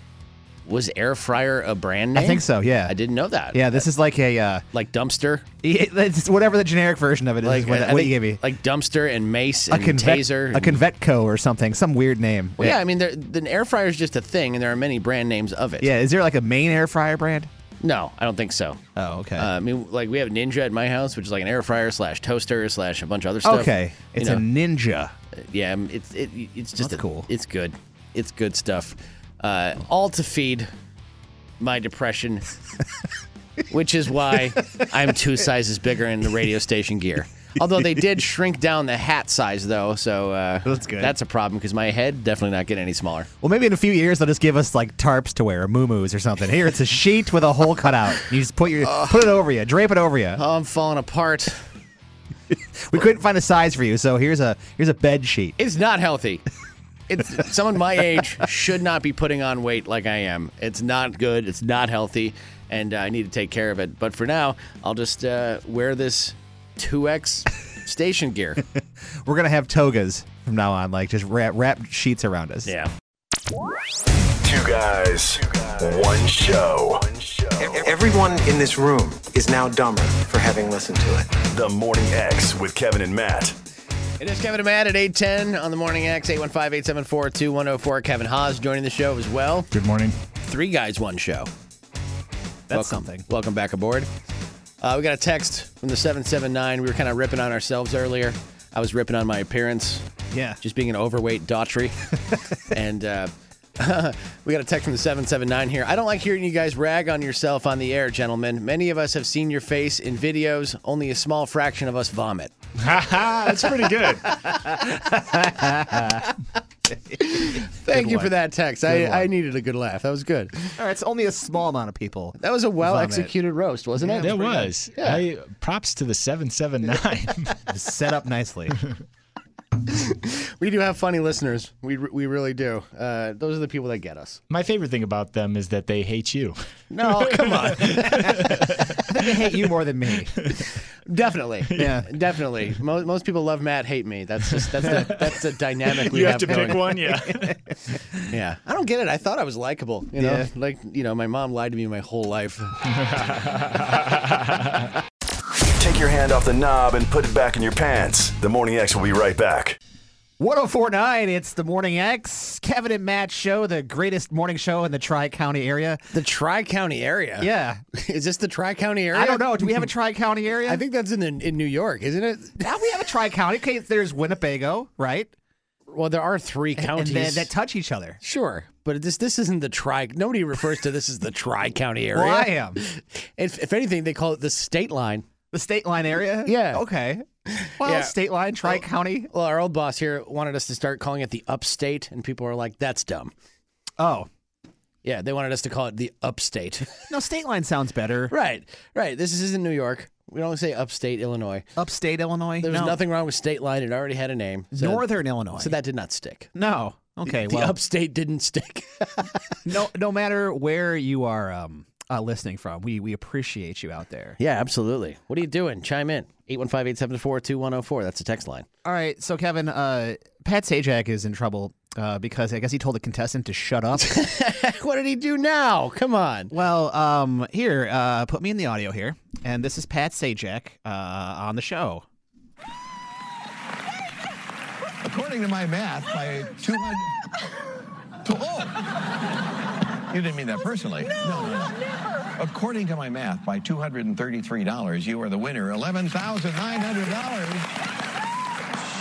C: Was air fryer a brand name?
D: I think so. Yeah,
C: I didn't know that.
D: Yeah, this is like a uh,
C: Like dumpster.
D: it's whatever the generic version of it is.
C: Like uh,
D: what,
C: I
D: what
C: think-
D: you gave me.
C: Like dumpster and mace
D: a
C: and
D: convec-
C: taser.
D: a
C: and-
D: Convetco or something, some weird name.
C: Well, yeah, I mean, there, the air fryer is just a thing, and there are many brand names of it.
D: Yeah, is there like a main air fryer brand?
C: No, I don't think so.
D: Oh, okay.
C: Uh, I mean, like we have Ninja at my house, which is like an air fryer slash toaster slash a bunch of other stuff.
D: okay,
C: You
D: it's
C: know,
D: a ninja.
C: yeah. um, It's it, it's just
D: That's
C: a-
D: cool.
C: It's good. It's good stuff. Uh, all to feed my depression, which is why I'm two sizes bigger in the radio station gear. Although they did shrink down the hat size, though, so uh,
D: That's good.
C: That's a problem because my head definitely not getting any smaller.
D: Well, maybe in a few years they'll just give us like tarps to wear, or muumuus or something. Here, it's a sheet with a hole cut out. You just put your
C: Uh.
D: put it over you, drape it over you.
C: Oh, I'm falling apart.
D: We couldn't find a size for you, so here's a here's a bed sheet.
C: It's not healthy. It's someone my age should not be putting on weight like I am. It's not good. It's not healthy, and uh, I need to take care of it. But for now, I'll just uh, wear this 2x station gear.
D: We're gonna have togas from now on, like just wrap wrap sheets around us.
C: Yeah.
A: Two guys, one show.
J: Everyone in this room is now dumber for having listened to it.
A: The Morning X with Kevin and Matt.
C: It is Kevin and Matt at 810 on the Morning X, 815-874-2104. Kevin Haas joining the show as well.
I: Good morning.
C: Three guys, one show.
D: that's
C: welcome.
D: something.
C: Welcome back aboard. Uh, we got a text from the 779. We were kind of ripping on ourselves earlier. I was ripping on my appearance,
D: Yeah.
C: just being an overweight Daughtry. and uh, we got a text from the 779 here. I don't like hearing you guys rag on yourself on the air, gentlemen. Many of us have seen your face in videos, only a small fraction of us vomit.
K: That's pretty good.
C: Thank you
D: one.
C: for that text.
D: Good
C: I,
D: one.
C: I needed a good laugh. That was good.
D: All right, it's only a small amount of people.
C: That was a well executed roast, wasn't it?
K: That was. I props to the seven seven nine.
D: set up nicely.
C: We do have funny listeners. We, re- we really do. Uh, those are the people that get us.
K: My favorite thing about them is that they hate you.
C: No, come on.
D: they hate you more than me.
C: Definitely. Yeah. Definitely. Most, most people love Matt, hate me. That's just that's the that's the dynamic we
K: you
C: have,
K: have to
C: going.
K: pick one. Yeah.
C: Yeah. I don't get it. I thought I was likable. You know, like you know, my mom lied to me my whole life.
A: Take your hand off the knob and put it back in your pants. The Morning X will be right back.
D: 1049, it's the Morning X. Kevin and Matt show, the greatest morning show in the Tri County area.
C: The Tri County area.
D: Yeah.
C: Is this the Tri County area?
D: I don't know. Do we have a Tri County area?
C: I think that's in in New York, isn't it?
D: now we have a Tri County. Okay, there's Winnebago, right?
C: Well, there are three
D: And
C: counties.
D: then that touch each other.
C: sure, but this this isn't the Tri. Nobody refers to this as the Tri County area.
D: Well, I am.
C: If, if anything, they call it the state line.
D: The state line area?
C: Yeah.
D: Okay. Well,
C: Yeah.
D: state line, Tri County.
C: Well, our old boss here wanted us to start calling it the upstate, and people are like, that's dumb.
D: Oh.
C: Yeah, they wanted us to call it the upstate.
D: No, state line sounds better.
C: right, right. This isn't New York. We don't say upstate Illinois.
D: Upstate Illinois?
C: There was
D: no.
C: nothing wrong with state line. It already had a name. So,
D: Northern Illinois.
C: So that did not stick.
D: no. Okay.
C: The
D: well,
C: upstate didn't stick.
D: no, no matter where you are um, uh, listening from, we, we appreciate you out there.
C: yeah, absolutely. What are you doing? Chime in. 815-874-2104. That's the text line.
D: All right, so Kevin, uh, Pat Sajak is in trouble uh, because I guess he told the contestant to shut up.
C: what did he do now? Come on.
D: well, um, here, uh, put me in the audio here, and this is Pat Sajak uh, on the show.
H: According to my math, by 200. To, oh! You didn't mean that personally. No, no, no. According to my math, by $233, you are the winner. $11,900.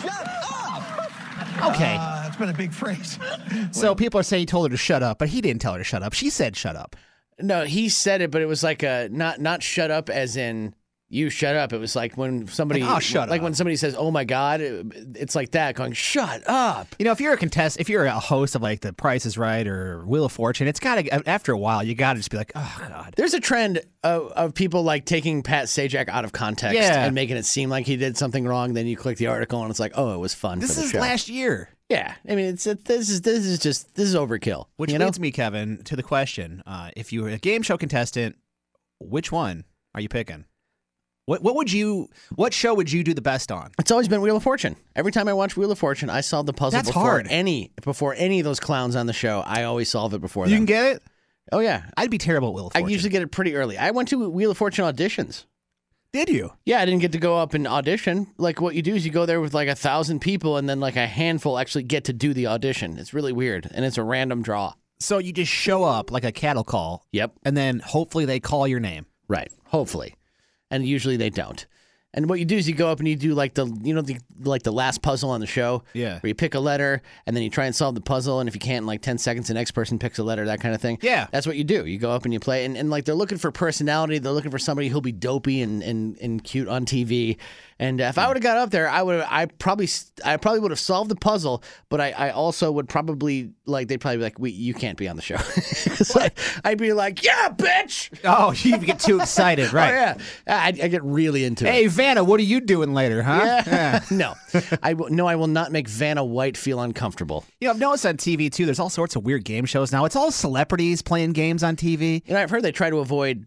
H: Shut up!
D: Okay,
H: Uh, that's been a big phrase.
D: so people are saying he told her to shut up, but he didn't tell her to shut up. She said shut up.
C: No, he said it, but it was like a not not shut up as in you shut up. It was like when somebody
D: Like, "Oh, shut
C: like
D: up."
C: when somebody says, "Oh my god," it- it's like that going, "Shut up."
D: You know, if you're a contest, if you're a host of like The Price is Right or Wheel of Fortune, it's got to after a while you got to just be like, oh god.
C: There's a trend of, of people like taking Pat Sajak out of context
D: Yeah.
C: and making it seem like he did something wrong. Then you click the article and it's like, "Oh, it was fun."
D: This
C: for the
D: is
C: show."
D: last year.
C: Yeah, I mean, it's it, this is this is just this is overkill.
D: Which
C: you know?
D: leads me, Kevin, to the question: uh, If you were a game show contestant, which one are you picking? What What would you? What show would you do the best on?
C: It's always been Wheel of Fortune. Every time I watch Wheel of Fortune, I solve the puzzle
D: That's
C: before
D: hard.
C: any before any of those clowns on the show. I always solve it before them.
D: get it.
C: oh yeah,
D: I'd be terrible at Will. Of
C: I
D: Fortune.
C: usually get it pretty early. I went to Wheel of Fortune auditions.
D: did you?
C: Yeah, I didn't get to go up and audition. Like what you do is you go there with like a thousand people, and then like a handful actually get to do the audition. It's really weird, and it's a random draw.
D: So you just show up like a cattle call,
C: Yep.
D: and then hopefully they call your name.
C: Right. Hopefully, and usually they don't. And what you do is you go up and you do like the you know the like the last puzzle on the show.
D: Yeah.
C: Where you pick a letter and then you try and solve the puzzle, and if you can't in like ten seconds, the next person picks a letter, that kind of thing.
D: Yeah.
C: That's what you do. You go up and you play, and, and like they're looking for personality. They're looking for somebody who'll be dopey and and, and cute on TV. And uh, if
D: Hmm.
C: I would have got up there, I would have. I probably s- I probably would have solved the puzzle, but I, I also would probably like they'd probably be like, we you can't be on the show. so I'd be like, yeah, bitch.
D: Oh, you get too excited, right?
C: Oh, yeah. I, I get really into it.
D: Hey, Vanna, what are you doing later, huh? Yeah.
C: no, I w- no, I will not make Vanna White feel uncomfortable.
D: You know, I've noticed on TV too. There's all sorts of weird game shows now. It's all celebrities playing games on TV.
C: You know, I've heard they try to avoid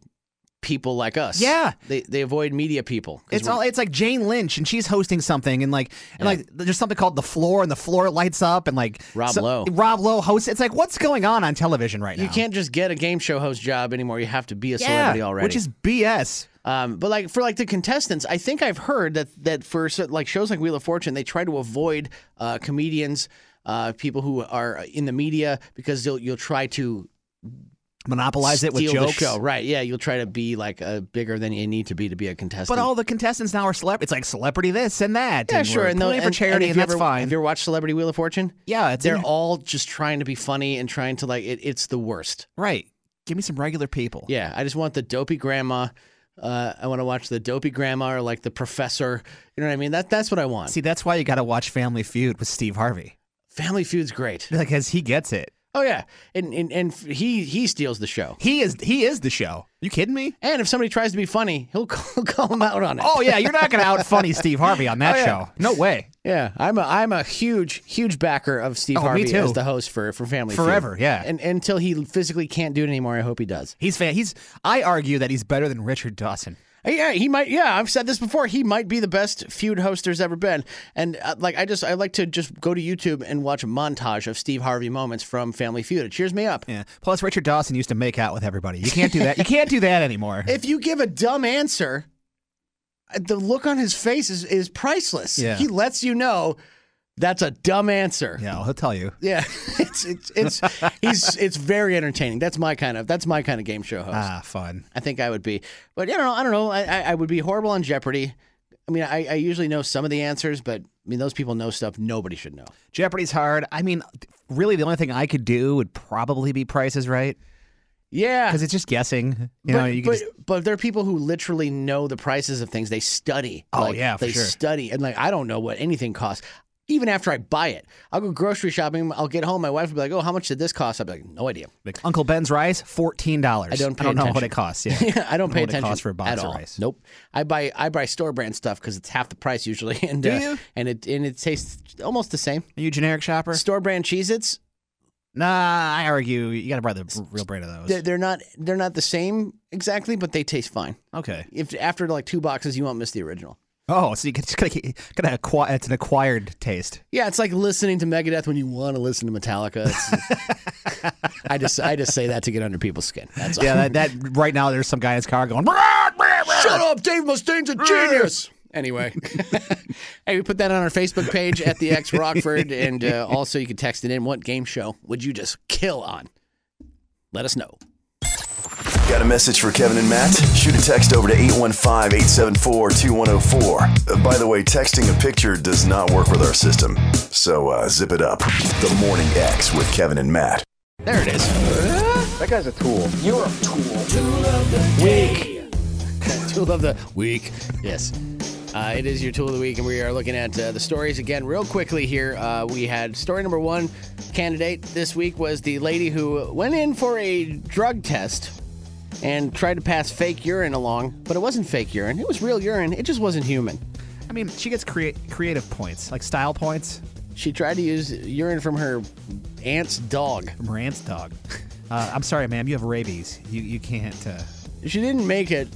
C: people like us.
D: Yeah.
C: they they avoid media people. 'cause
D: It's
C: we're-
D: all it's like Jane Lynch and she's hosting something and like and like there's something called the floor and the floor lights up and like
C: Rob Lowe.
D: Rob Lowe hosts it's like what's going on on television right now?
C: You can't just get a game show host job anymore. You have to be a
D: yeah,
C: celebrity already.
D: which is BS.
C: um, but like for like the contestants, I think I've heard that that for cer- like shows like Wheel of Fortune, they try to avoid uh, comedians, uh, people who are in the media because you'll you'll try to
D: monopolize it with
C: Steal
D: jokes.
C: The show. Right? Yeah, you'll try to be like a bigger than you need to be to be a contestant.
D: But all the contestants now are celebrities. It's like celebrity this and that.
C: yeah,
D: and
C: sure.
D: we're
C: And, tho-
D: playing
C: and
D: for charity,
C: if
D: and,
C: you
D: that's
C: ever-
D: fine.
C: Have you ever watched Celebrity Wheel of Fortune?
D: yeah, it's in
C: They're
D: here.
C: all just trying to be funny and trying to like it, it's the worst.
D: right. Give me some regular people.
C: Yeah, I just want the dopey grandma. Uh, I want to watch the dopey grandma or like the professor. You know what I mean? That that's what I want.
D: See, that's why you got to watch Family Feud with Steve Harvey
C: Family Feud's great.
D: because he gets it.
C: Oh yeah, and and and f- he he steals the show.
D: He is he is the show. You kidding me?
C: And if somebody tries to be funny, he'll call, call him out on it.
D: Oh yeah, you're not gonna out funny Steve Harvey on that
C: Oh, yeah.
D: show. No way.
C: yeah. I'm a I'm a huge huge backer of Steve
D: Oh, me
C: Harvey
D: too.
C: as the host for for Family Feud.
D: Forever, yeah.
C: And until he physically can't do it anymore, I hope he does.
D: He's fan. He's. I argue that he's better than Richard Dawson.
C: Uh, Yeah, he might. Yeah, I've said this before. He might be the best feud host there's ever been. And uh, like, I just I like to just go to YouTube and watch a montage of Steve Harvey moments from Family Feud. It cheers me up.
D: Yeah. Plus, Richard Dawson used to make out with everybody. You can't do that. You can't do that anymore.
C: If you give a dumb answer, uh, the look on his face is is priceless.
D: Yeah.
C: He lets you know that's a dumb answer.
D: yeah, he'll tell you.
C: Yeah, it's it's it's he's it's very entertaining. That's my kind of that's my kind of game show host.
D: Ah, fun.
C: I think I would be. But you know, I don't know. I, I, I would be horrible on Jeopardy. I mean, I, I usually know some of the answers, but I mean, those people know stuff nobody should know.
D: Jeopardy's hard. I mean, really, the only thing I could do would probably be prices right
C: Yeah.
D: because it's just guessing.
C: but,
D: You know, you can
C: but,
D: just,
C: but there are people who literally know the prices of things. They study.
D: Oh,
C: Like,
D: yeah, for
C: they
D: sure.
C: study, and like I don't know what anything costs. Even after I buy it, I'll go grocery shopping. I'll get home. My wife will be like, "Oh, how much did this cost?" I'll be like, "No idea."
D: like Uncle Ben's rice, fourteen dollars.
C: I don't pay
D: I don't know what
C: attention.
D: it costs. Yeah.
C: I don't pay
D: what it
C: attention
D: costs for a box
C: at
D: of
C: all.
D: rice.
C: Nope. I buy I buy store brand stuff because it's half the price usually, and
D: Do
C: uh,
D: you?
C: and it and it tastes almost the same.
D: Are you a generic shopper?
C: Store brand Cheez-Its,
D: Nah, I argue you got to buy the real brand of
C: they're,
D: those.
C: they're not they're not the same exactly, but they taste fine.
D: Okay.
C: If after like two boxes, you won't miss the original.
D: Oh, so you can just gotta, gotta acquire. It's an acquired taste.
C: Yeah, it's like listening to Megadeth when you want to listen to Metallica. It's- I just I just say that to get under people's skin. That's all.
D: Yeah, that, that right now there's some guy in his car going. "Brah, brah, brah."
C: Shut up, Dave Mustaine's a genius. Anyway, hey, we put that on our Facebook page at the X Rockford, and uh, also you can text it in. What game show would you just kill on? Let us know.
A: Got a message for Kevin and Matt? Shoot a text over to 815 874 2104. By the way, texting a picture does not work with our system. So uh, zip it up. The Morning X with Kevin and Matt.
D: There it is.
C: Tool of the week. Yes. Uh, it is your tool of the week, and we are looking at uh, the stories again, real quickly here. Uh, we had story number one candidate this week was the lady who went in for a drug test and tried to pass fake urine along, but it wasn't fake urine. It was real urine. It just wasn't human.
D: I mean, she gets crea- creative points, like style points
C: She tried to use urine from her aunt's dog.
D: from her aunt's dog. Uh, I'm sorry, ma'am. You have rabies. You you can't. Uh,
C: She didn't make it.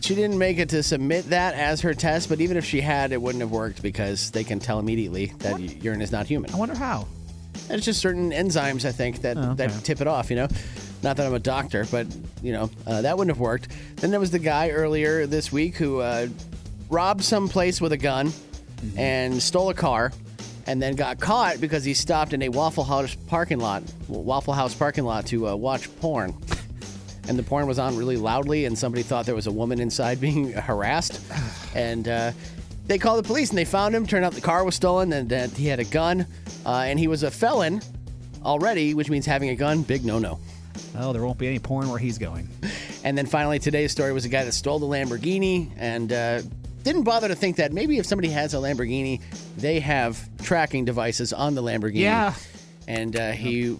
C: She didn't make it to submit that as her test, but even if she had, it wouldn't have worked because they can tell immediately that urine is not human.
D: I wonder how.
C: It's just certain enzymes, I think, that, that tip it off, you know? Not that I'm a doctor, but, you know, uh, that wouldn't have worked. Then there was the guy earlier this week who uh, robbed some place with a gun and stole a car and then got caught because he stopped in a Waffle House parking lot, Waffle House parking lot to uh, watch porn. And the porn was on really loudly, and somebody thought there was a woman inside being harassed. And uh, they called the police and they found him. Turned out the car was stolen and that he had a gun. Uh, and he was a felon already, which means having a gun, big no no.
D: Oh, there won't be any porn where he's going.
C: And then finally, today's story was a guy that stole the Lamborghini and uh, didn't bother to think that maybe if somebody has a Lamborghini, they have tracking devices on the Lamborghini.
D: Yeah.
C: And uh, he,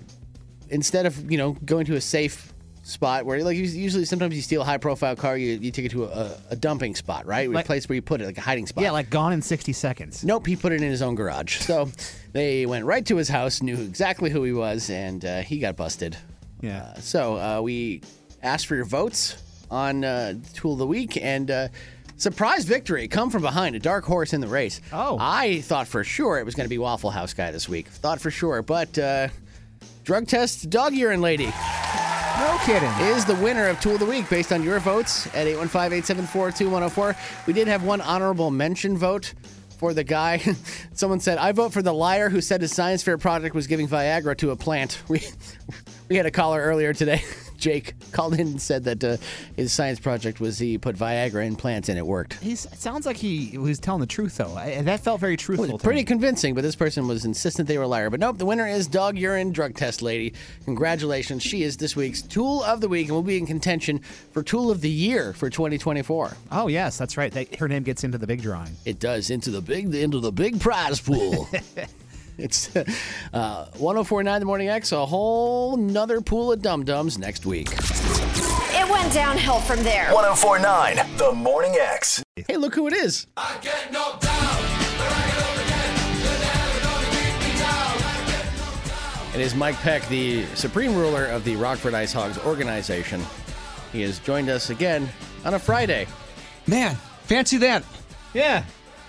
C: instead of you know going to a safe spot where like us- usually sometimes you steal a high profile car, you, you take it to a, a dumping spot, right? a
D: Like-
C: place where you put it, like a hiding spot.
D: Yeah, like gone in 60 seconds.
C: Nope, he put it in his own garage. So they went right to his house, knew exactly who he was, and uh, he got busted.
D: Yeah.
C: Uh, so uh, we asked for your votes on uh, Tool of the Week, and uh, surprise victory come from behind, a dark horse in the race.
D: Oh.
C: I thought for sure it was going to be Waffle House guy this week. Thought for sure, but uh, drug test dog urine lady
D: No kidding.
C: is the winner of Tool of the Week based on your votes at 815-874-2104. We did have one honorable mention vote for the guy. Someone said, I vote for the liar who said his science fair project was giving Viagra to a plant. We we had a caller earlier today Jake called in and said that uh, his science project was he put Viagra in plants and it worked.
D: He's, it sounds like he was telling the truth, though. I, that felt very truthful.
C: Well,
D: to
C: pretty
D: me.
C: convincing, but this person was insistent they were a liar. But nope, the winner is dog urine drug test lady. Congratulations, she is this week's tool of the week and will be in contention for tool of the year for 2024.
D: Oh yes, that's right. That, her name gets into the big drawing.
C: It does into the big into the big prize pool. it's uh, 1049 the morning X, a whole nother pool of dum dums next week.
L: It went downhill from there.
A: 1049, The Morning X.
C: Hey, look who it is. It is Mike Peck, the supreme ruler of the Rockford Ice Hogs organization. He has joined us again on a Friday.
B: Man, fancy that.
D: Yeah,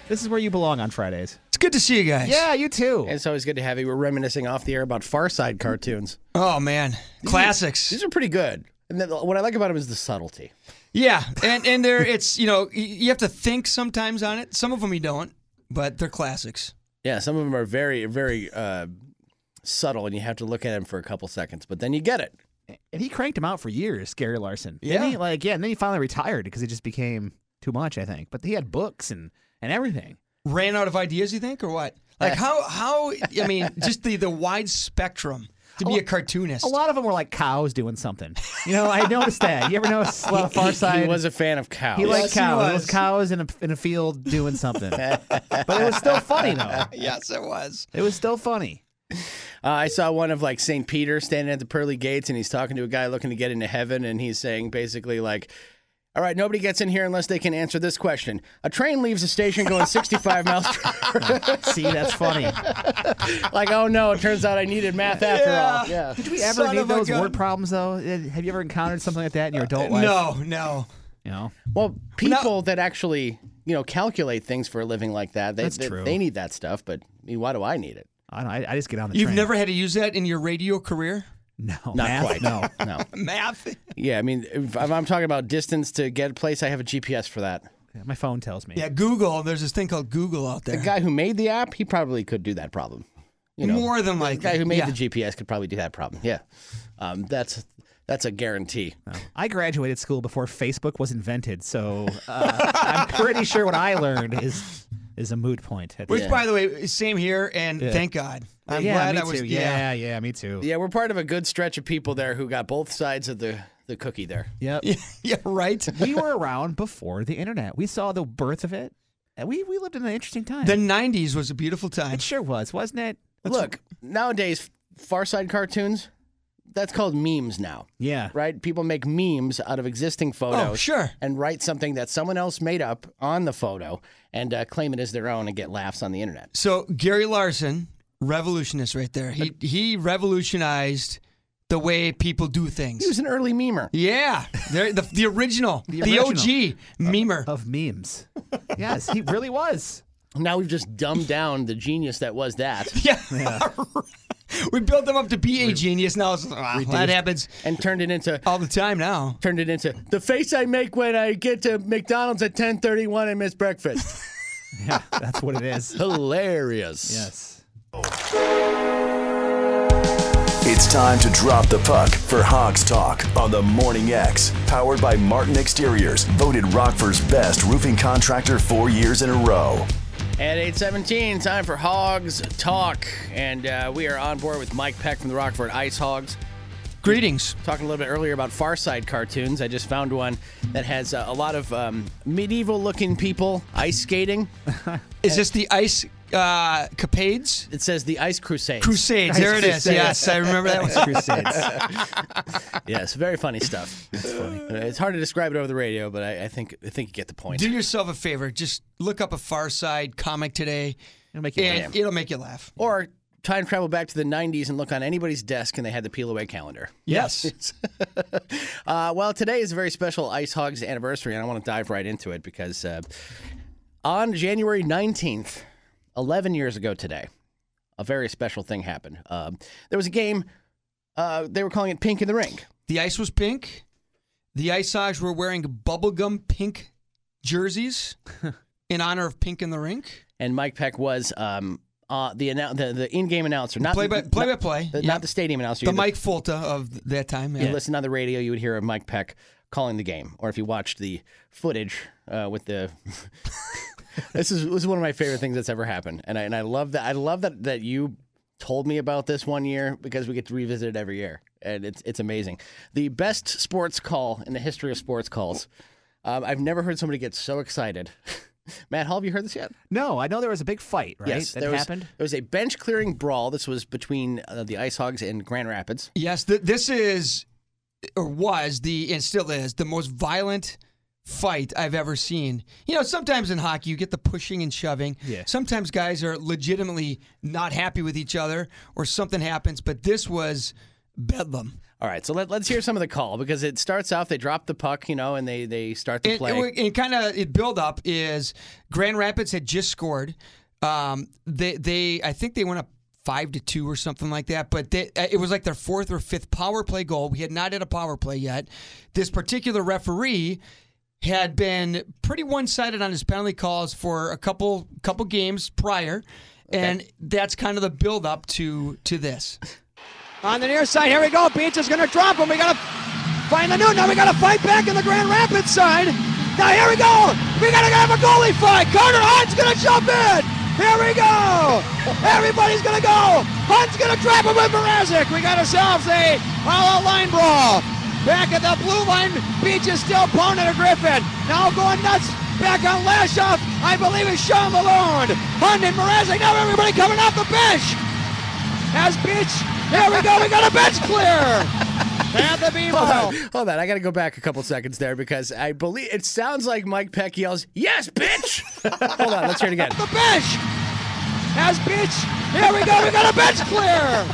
D: this is where you belong on Fridays.
B: It's good to see you guys.
D: Yeah, you too.
C: It's always good to have you. We're reminiscing off the air about Far Side cartoons.
B: Oh man, classics.
C: These are pretty good. And then what I like about them is the subtlety.
B: Yeah, and and there it's you know y- you have to think sometimes on it. Some of them you don't, but they're classics.
C: Yeah, some of them are very, very uh, subtle, and you have to look at them for a couple seconds, but then you get it.
D: And he cranked him out for years, Gary Larson. Didn't
B: Yeah.
D: he? Like, yeah, and then he finally retired because it just became too much, I think. But he had books and, and everything.
B: Ran out of ideas, you think, or what? Like how how I mean, just the the wide spectrum to be a cartoonist.
D: A lot of them were like cows doing something. You know, I noticed that. You ever notice a lot of Far Side?
C: He was a fan of cows.
D: He liked
B: Yes, he
D: cows. It was
B: was.
D: cows in a, in a field doing something. but it was still funny, though.
B: Yes, it was.
D: It was still funny.
C: Uh, I saw one of like St. Peter standing at the pearly gates and he's talking to a guy looking to get into heaven. And he's saying basically, like, all right, nobody gets in here unless they can answer this question. A train leaves the station going 65 miles per hour.
D: See, that's funny.
C: like, oh no, it turns out I needed math after all. Yeah.
D: Did we ever
B: Son
D: need
B: of a
D: those
B: gun.
D: word problems, though? Eh, Have you ever encountered something like that in your adult life?
B: Uh, No, no.
D: You know?
C: Well, people that actually, you know, calculate things for a living like that, they,
D: That's
C: they,
D: true.
C: they need that stuff. But I mean, why do I need it?
D: I, don't, I, I just get on the
B: You've
D: train.
B: never had to use that in your radio career?
D: No. Not
C: quite.
D: No.
C: No.
B: Math?
C: Yeah. I mean, if I'm I'm talking about distance to get a place, I have a GPS for that.
D: Yeah, My phone tells me.
B: Yeah, Google. There's this thing called Google out there.
C: The guy who made the app, he probably could do that problem. You know,
B: More than
C: the
B: likely.
C: guy who made
B: yeah.
C: the GPS could probably do that problem. Yeah, um, that's that's a guarantee.
D: I graduated school before Facebook was invented, so uh, I'm pretty sure what I learned is is a moot point. At
B: Which,
D: the
B: by the way, same here, and thank God. I'm
D: yeah,
B: glad
D: me
B: I was.
D: too. Yeah, yeah, me too.
C: Yeah, we're part of a good stretch of people there who got both sides of the the cookie there.
D: Yep.
B: yeah, yeah, right.
D: we were around before the internet. We saw the birth of it, and we, we lived in an interesting time.
B: The 90s was a beautiful time.
D: it sure was, wasn't it?
C: Look, nowadays, Far Side cartoons, that's called memes now.
D: Yeah.
C: Right? People make memes out of existing photos.
B: Oh, sure.
C: And write something that someone else made up on the photo and uh, claim it as their own and get laughs on the internet.
B: So Gary Larson, revolutionist right there. He he revolutionized the way people do things.
C: He was an early memer.
B: yeah, there- the, the original, the,
D: original.
K: uh,
B: OG memer.
D: Of memes. yes, he really was.
C: Now we've just dumbed down the genius that was that.
B: yeah. we built them up to be a genius. Now it's, wow, that happens
C: and turned it into
B: all the time now.
C: turned it into the face I make when I get to McDonald's at 10:31 and miss breakfast.
D: Yeah, that's what it is.
C: Hilarious.
D: Yes.
A: It's time to drop the puck for Hogs Talk on the Morning X, powered by Martin Exteriors, voted Rockford's best roofing contractor four years in a row.
C: At 8:17, time for Hogs Talk, and uh, we are on board with Mike Peck from the Rockford Ice Hogs.
B: Greetings.
C: Talking a little bit earlier about Far Side cartoons, I just found one that has uh, a lot of um, medieval-looking people ice skating.
B: Is this the ice uh, capades?
C: It says the Ice Crusades.
B: Crusades. There it is.
D: Crusades.
B: Yes, I remember that one.
D: Crusades.
C: yes, very funny stuff. That's funny. It's hard to describe it over the radio, but I, I think I think you get the point.
B: Do yourself a favor. Just look up a Far Side comic today.
D: It'll make you
B: and
D: laugh.
B: it'll make you laugh.
C: Or time travel back to the 90s and look on anybody's desk and they had the peel away calendar.
B: Yes.
C: Uh, well, today is a very special Ice Hogs anniversary, and I want to dive right into it because uh, on January 19th, 11 years ago today, a very special thing happened. Um, there was a game, uh, they were calling it Pink in the Ring.
B: The ice was pink. The Ice Hogs were wearing bubblegum pink jerseys in honor of Pink in the Rink.
C: and Mike Peck was um, uh, the, annou- the the in-game announcer, not
B: Play by- play by
C: not-
B: play,
C: the-
B: yeah.
C: not the stadium announcer,
B: The
C: you-
B: Mike Fulta of that time.
C: You
B: yeah.
C: listen on the radio, you would hear Mike Peck calling the game, or if you watched the footage uh, with the. this is this is one of my favorite things that's ever happened, and I and I love that I love that that you told me about this one year because we get to revisit it every year, and it's it's amazing. The best sports call in the history of sports calls. Um, I've never heard somebody get so excited. Matt Hall, have you heard this yet?
D: No, I know there was a big fight, right?
C: Yes,
D: that
C: there was-
D: happened.
C: There was a bench clearing brawl. This was between uh, the Ice Hogs and Grand Rapids.
B: Yes, th- this is or was the and still is the most violent fight I've ever seen. You know, sometimes in hockey you get the pushing and shoving.
D: Yeah.
B: Sometimes guys are legitimately not happy with each other or something happens, but this was bedlam.
C: All right, so let, let's hear some of the call because it starts off they drop the puck, you know, and they they start the
B: And,
C: play.
B: and, kind of it build up is Grand Rapids had just scored. Um, they they I think they went up five to two or something like that. But they, uh, it was like their fourth or fifth power play goal. We had not had a power play yet. This particular referee had been pretty one sided on his penalty calls for a couple couple games prior, and that's kind of the build up to to this.
M: On the near side, here we go. Beach is going to drop him. We got to find the new. Now we got to fight back in the Grand Rapids side. Now here we go. We got to have a goalie fight. Carter Hunt's going to jump in. Here we go. Everybody's going to go. Hunt's going to trap him with Mrazek. We got ourselves a all-out line brawl. Back at the blue line, Beach is still pounding to Griffin. Now going nuts. Back on Lashoff, I believe it's Sean Malone. Hunt and Mrazek. Now everybody coming off the bench has beach. Here we go. We got a bench clear. And the B
C: Hold on, hold on. I got to go back a couple seconds there because I believe it sounds like Mike Peck yells, "Yes, bitch!" hold on, let's hear it again.
M: The bench has beach. Here we go. We got a bench clear.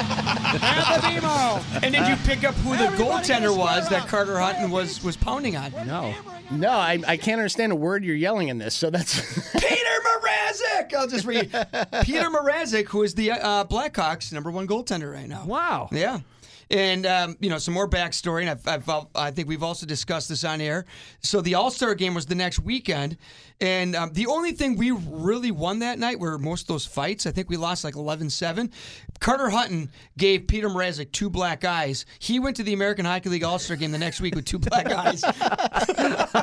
M: And the BMO.
B: And did you pick up who the goaltender was that Carter Hutton was was pounding on?
C: No, no, I, I can't understand a word you're yelling in this. So that's
B: Peter Mrazek. I'll just read Peter Mrazek, who is the uh, Blackhawks' number one goaltender right now.
D: Wow.
B: Yeah. And um, you know some more backstory, and I've, I've, uh, I think we've also discussed this on air. So the All Star game was the next weekend, and um, the only thing we really won that night were most of those fights. I think we lost like 11-7. Carter Hutton gave Peter Mrazek two black eyes. He went to the American Hockey League All Star game the next week with two black eyes.
C: I,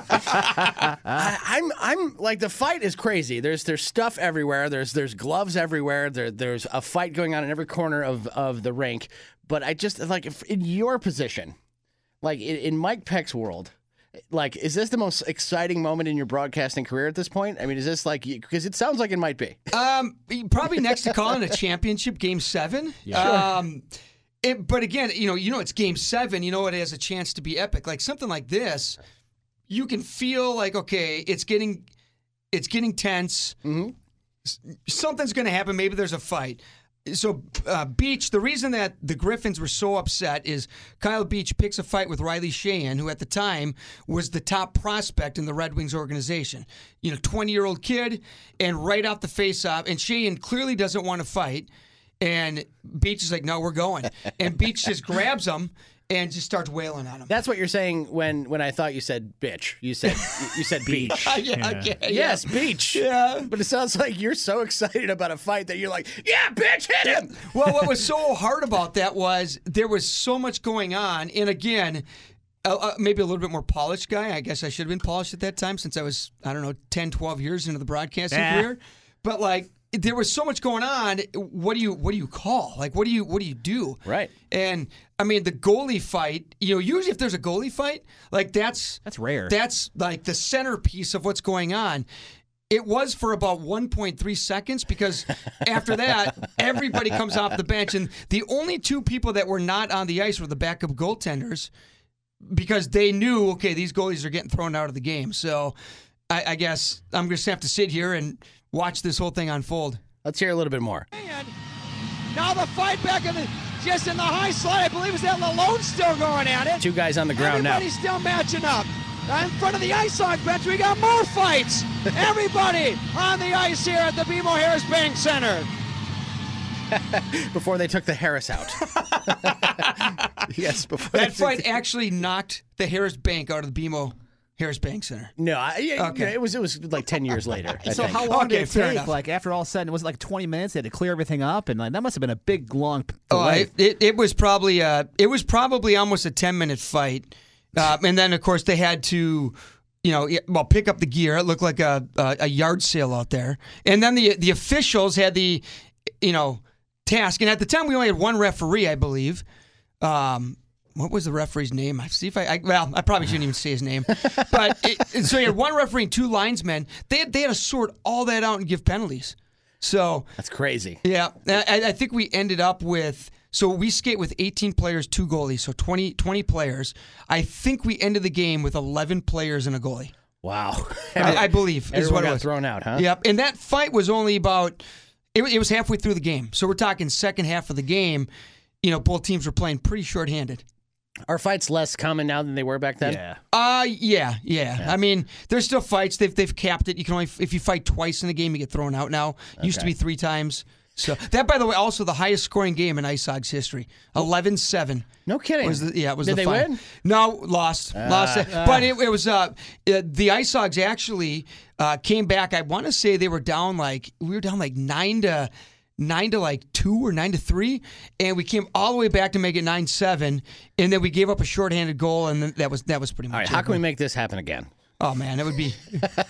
C: I'm I'm like the fight is crazy. There's there's stuff everywhere. There's there's gloves everywhere. There there's a fight going on in every corner of of the rink. But I just like if, in your position, like in, in Mike Peck's world, like is this the most exciting moment in your broadcasting career at this point? I mean, is this like because it sounds like it might be.
B: Um, probably next to calling a championship game seven.
C: Yeah. Sure.
B: Um, it, but again, you know, you know, it's game seven. You know, it has a chance to be epic. Like something like this, you can feel like okay, it's getting, it's getting tense. Mm-hmm. Something's going to happen. Maybe there's a fight. So uh, Beach, the reason that the Griffins were so upset is Kyle Beach picks a fight with Riley Sheehan, who at the time was the top prospect in the Red Wings organization. You know, 20 year old kid, and right off the face off, and Sheehan clearly doesn't want to fight. And Beach is like, no, we're going. And Beach just grabs him and just starts wailing on him.
C: That's what you're saying when when I thought you said bitch. You said you said beach.
B: Yeah, Yeah. okay, yeah.
C: Yes, beach.
B: Yeah.
C: But it sounds like you're so excited about a fight that you're like, yeah, bitch, hit him.
B: well, what was so hard about that was there was so much going on, and again, uh, uh, maybe a little bit more polished guy. I guess I should have been polished at that time since I was I don't know 10, 12 years into the broadcasting
D: Yeah.
B: career. But like there was so much going on. What do you what do you call? Like what do you what do you do? Right. And I mean the goalie fight. You know, usually if there's a goalie fight, like that's
D: That's rare.
B: that's like the centerpiece of what's going on. It was for about 1.3 seconds because after that, everybody comes off the bench. And the only two people that were not on the ice were the backup goaltenders because they knew, okay, these goalies are getting thrown out of the game. So I, I guess I'm just have to sit here and watch this whole thing unfold.
C: Let's hear a little bit more.
M: Now the fight back in the just in the high slide. I believe is that Lalone still going at it.
C: Two guys on the ground now.
M: Everybody's still matching up. In front of the ice on bench, we got more fights. Everybody on the ice here at the BMO Harris Bank Center.
C: Before they took the Harris out. yes, before
B: That fight actually knocked the Harris Bank out of the BMO Harris Bank Center.
C: No, I, yeah,
B: Okay.
C: yeah, it was it was like ten years later. I
D: So
C: think.
D: how long
B: Okay,
D: did it
B: fair
D: take?
B: enough.
D: Like after all said, was it like 20 minutes? They had to clear everything up, and like that must have been a big long. p-
B: Oh,
D: delay.
B: I, it, it was probably uh it was probably almost a ten minute fight, uh, and then of course they had to, you know, yeah, well pick up the gear. It looked like a a, a yard sale out there, and then the the officials had the, you know, task. And at the time we only had one referee, I believe. Um, what was the referee's name? I see if I, I well, I probably shouldn't even say his name. But it, so you had one referee and two linesmen. They had, they had to sort all that out and give penalties. So
C: that's crazy.
B: Yeah, I, I think we ended up with so we skate with 18 players, two goalies, so 20, 20 players. I think we ended the game with 11 players and a goalie.
C: Wow,
B: I, I believe is
C: Everyone
B: what it
C: got
B: was.
C: thrown out, huh?
B: Yep, and that fight was only about it, wa- it was halfway through the game, so we're talking second half of the game. You know, both teams were playing pretty shorthanded.
C: Are fights less common now than they were back then?
D: Yeah.
B: Uh, yeah, yeah, I mean, there's still fights. They've they've capped it. You can only if you fight twice in a game, you get thrown out. Now used to
C: Okay.
B: be three times. So that, by the way, also the highest scoring game in Ice Hogs history, 11-7.
C: No kidding.
B: Was the, yeah, it was
C: Did
B: the
C: they
B: final.
C: win?
B: No, lost, lost. it.
C: Ah.
B: but it, it was uh, uh, the Ice Hogs actually uh, came back. I want to say they were down like we were down like nine to nine to like two or nine to three, and we came all the way back to make it nine seven, and then we gave up a shorthanded goal, and then that was that was pretty much.
C: All right,
B: it.
C: how can we make this happen again?
B: Oh man, it would be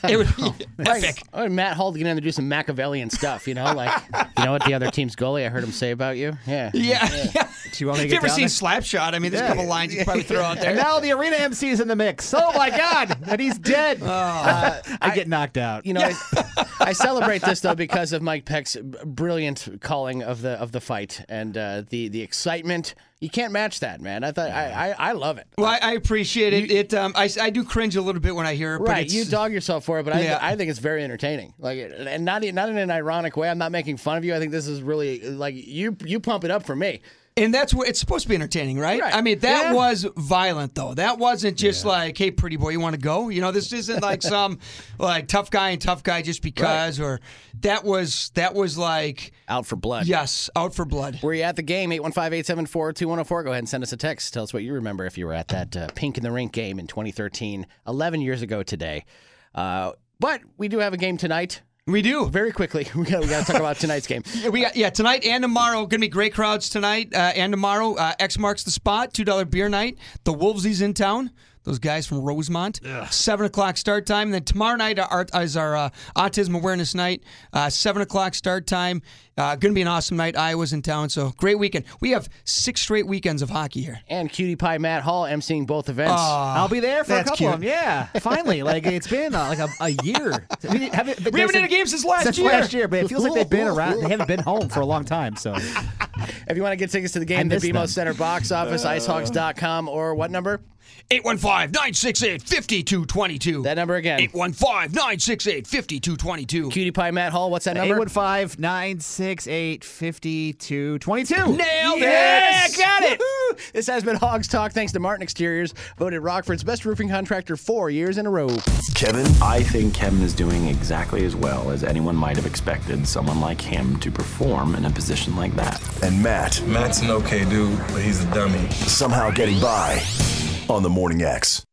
B: it would be epic.
C: Oh, Matt Hall going to do some Machiavellian stuff, you know, like you know what the other team's goalie I heard him say about you. Yeah,
B: Yeah, yeah.
D: Do you want
B: Have
D: me to get
B: you ever
D: down
B: seen
D: there?
B: Slapshot? I mean, there's a
D: Yeah.
B: couple lines you could probably throw out there.
D: And now the arena MC is in the mix. Oh my God! And he's dead. I get knocked out.
C: You know, I, I celebrate this though because of Mike Peck's brilliant calling of the of the fight and uh, the the excitement. You can't match that, man. I thought I I, I love it.
B: Well, I, I appreciate it. it um, I, I do cringe a little bit when I hear it. but
C: Right,
B: it's-
C: you dog yourself for it, but
B: Yeah.
C: I, I think it's very entertaining. Like, and not not in an ironic way. I'm not making fun of you. I think this is really like you you pump it up for me.
B: And that's what it's supposed to be entertaining, right? I mean, that
C: Yeah.
B: was violent though. That wasn't just like, "Hey, pretty boy, you want to go?" You know, this isn't like some like tough guy and tough guy just because. Or that was that was like
C: out for blood.
B: Yes, out for blood.
C: Were you at the game? 815 874 2104. Go ahead and send us a text. Tell us what you remember if you were at that uh, Pink in the Rink game in 2013, 11 years ago today. Uh, but we do have a game tonight.
B: We do.
C: Very quickly, we got, we got to talk about tonight's game.
B: Yeah, we got yeah tonight and tomorrow. Going to be great crowds tonight uh, and tomorrow. Uh, X marks the spot. Two dollar beer night. The Wolvesies in town. Those guys from Rosemont. Seven o'clock start time. And then tomorrow night our, is our uh, autism awareness night. Uh, Seven o'clock start time. Uh, Going to be an awesome night. Iowa's in town, so great weekend. We have six straight weekends of hockey here.
C: And Cutie Pie Matt Hall emceeing both events.
B: Aw.
D: I'll be there for a
B: That's
D: couple of them.
B: cute.
D: Yeah, finally. Like it's been uh, like a, a year. We didn't- haven't,
B: We haven't done a game since last year.
D: last year, but it feels like they've been around. They haven't been home for a long time. So
C: If you want to get tickets to the game, the
D: miss
C: BMO
D: them.
C: Center box office, icehawks.com, or what number?
B: 815 968 5222.
C: That number again.
B: 815 968 5222.
C: Cutie Pie Matt Hall, what's that number?
D: 815 968 5222.
B: Nailed it!
C: Yeah, got it. This has been Hogs Talk. Thanks to Martin Exteriors, voted Rockford's best roofing contractor four years in a row.
A: Kevin?
N: I think Kevin is doing exactly as well as anyone might have expected someone like him to perform in a position like that.
A: And Matt.
O: Matt's an okay dude, but he's a dummy.
A: Somehow getting by on the Morning X.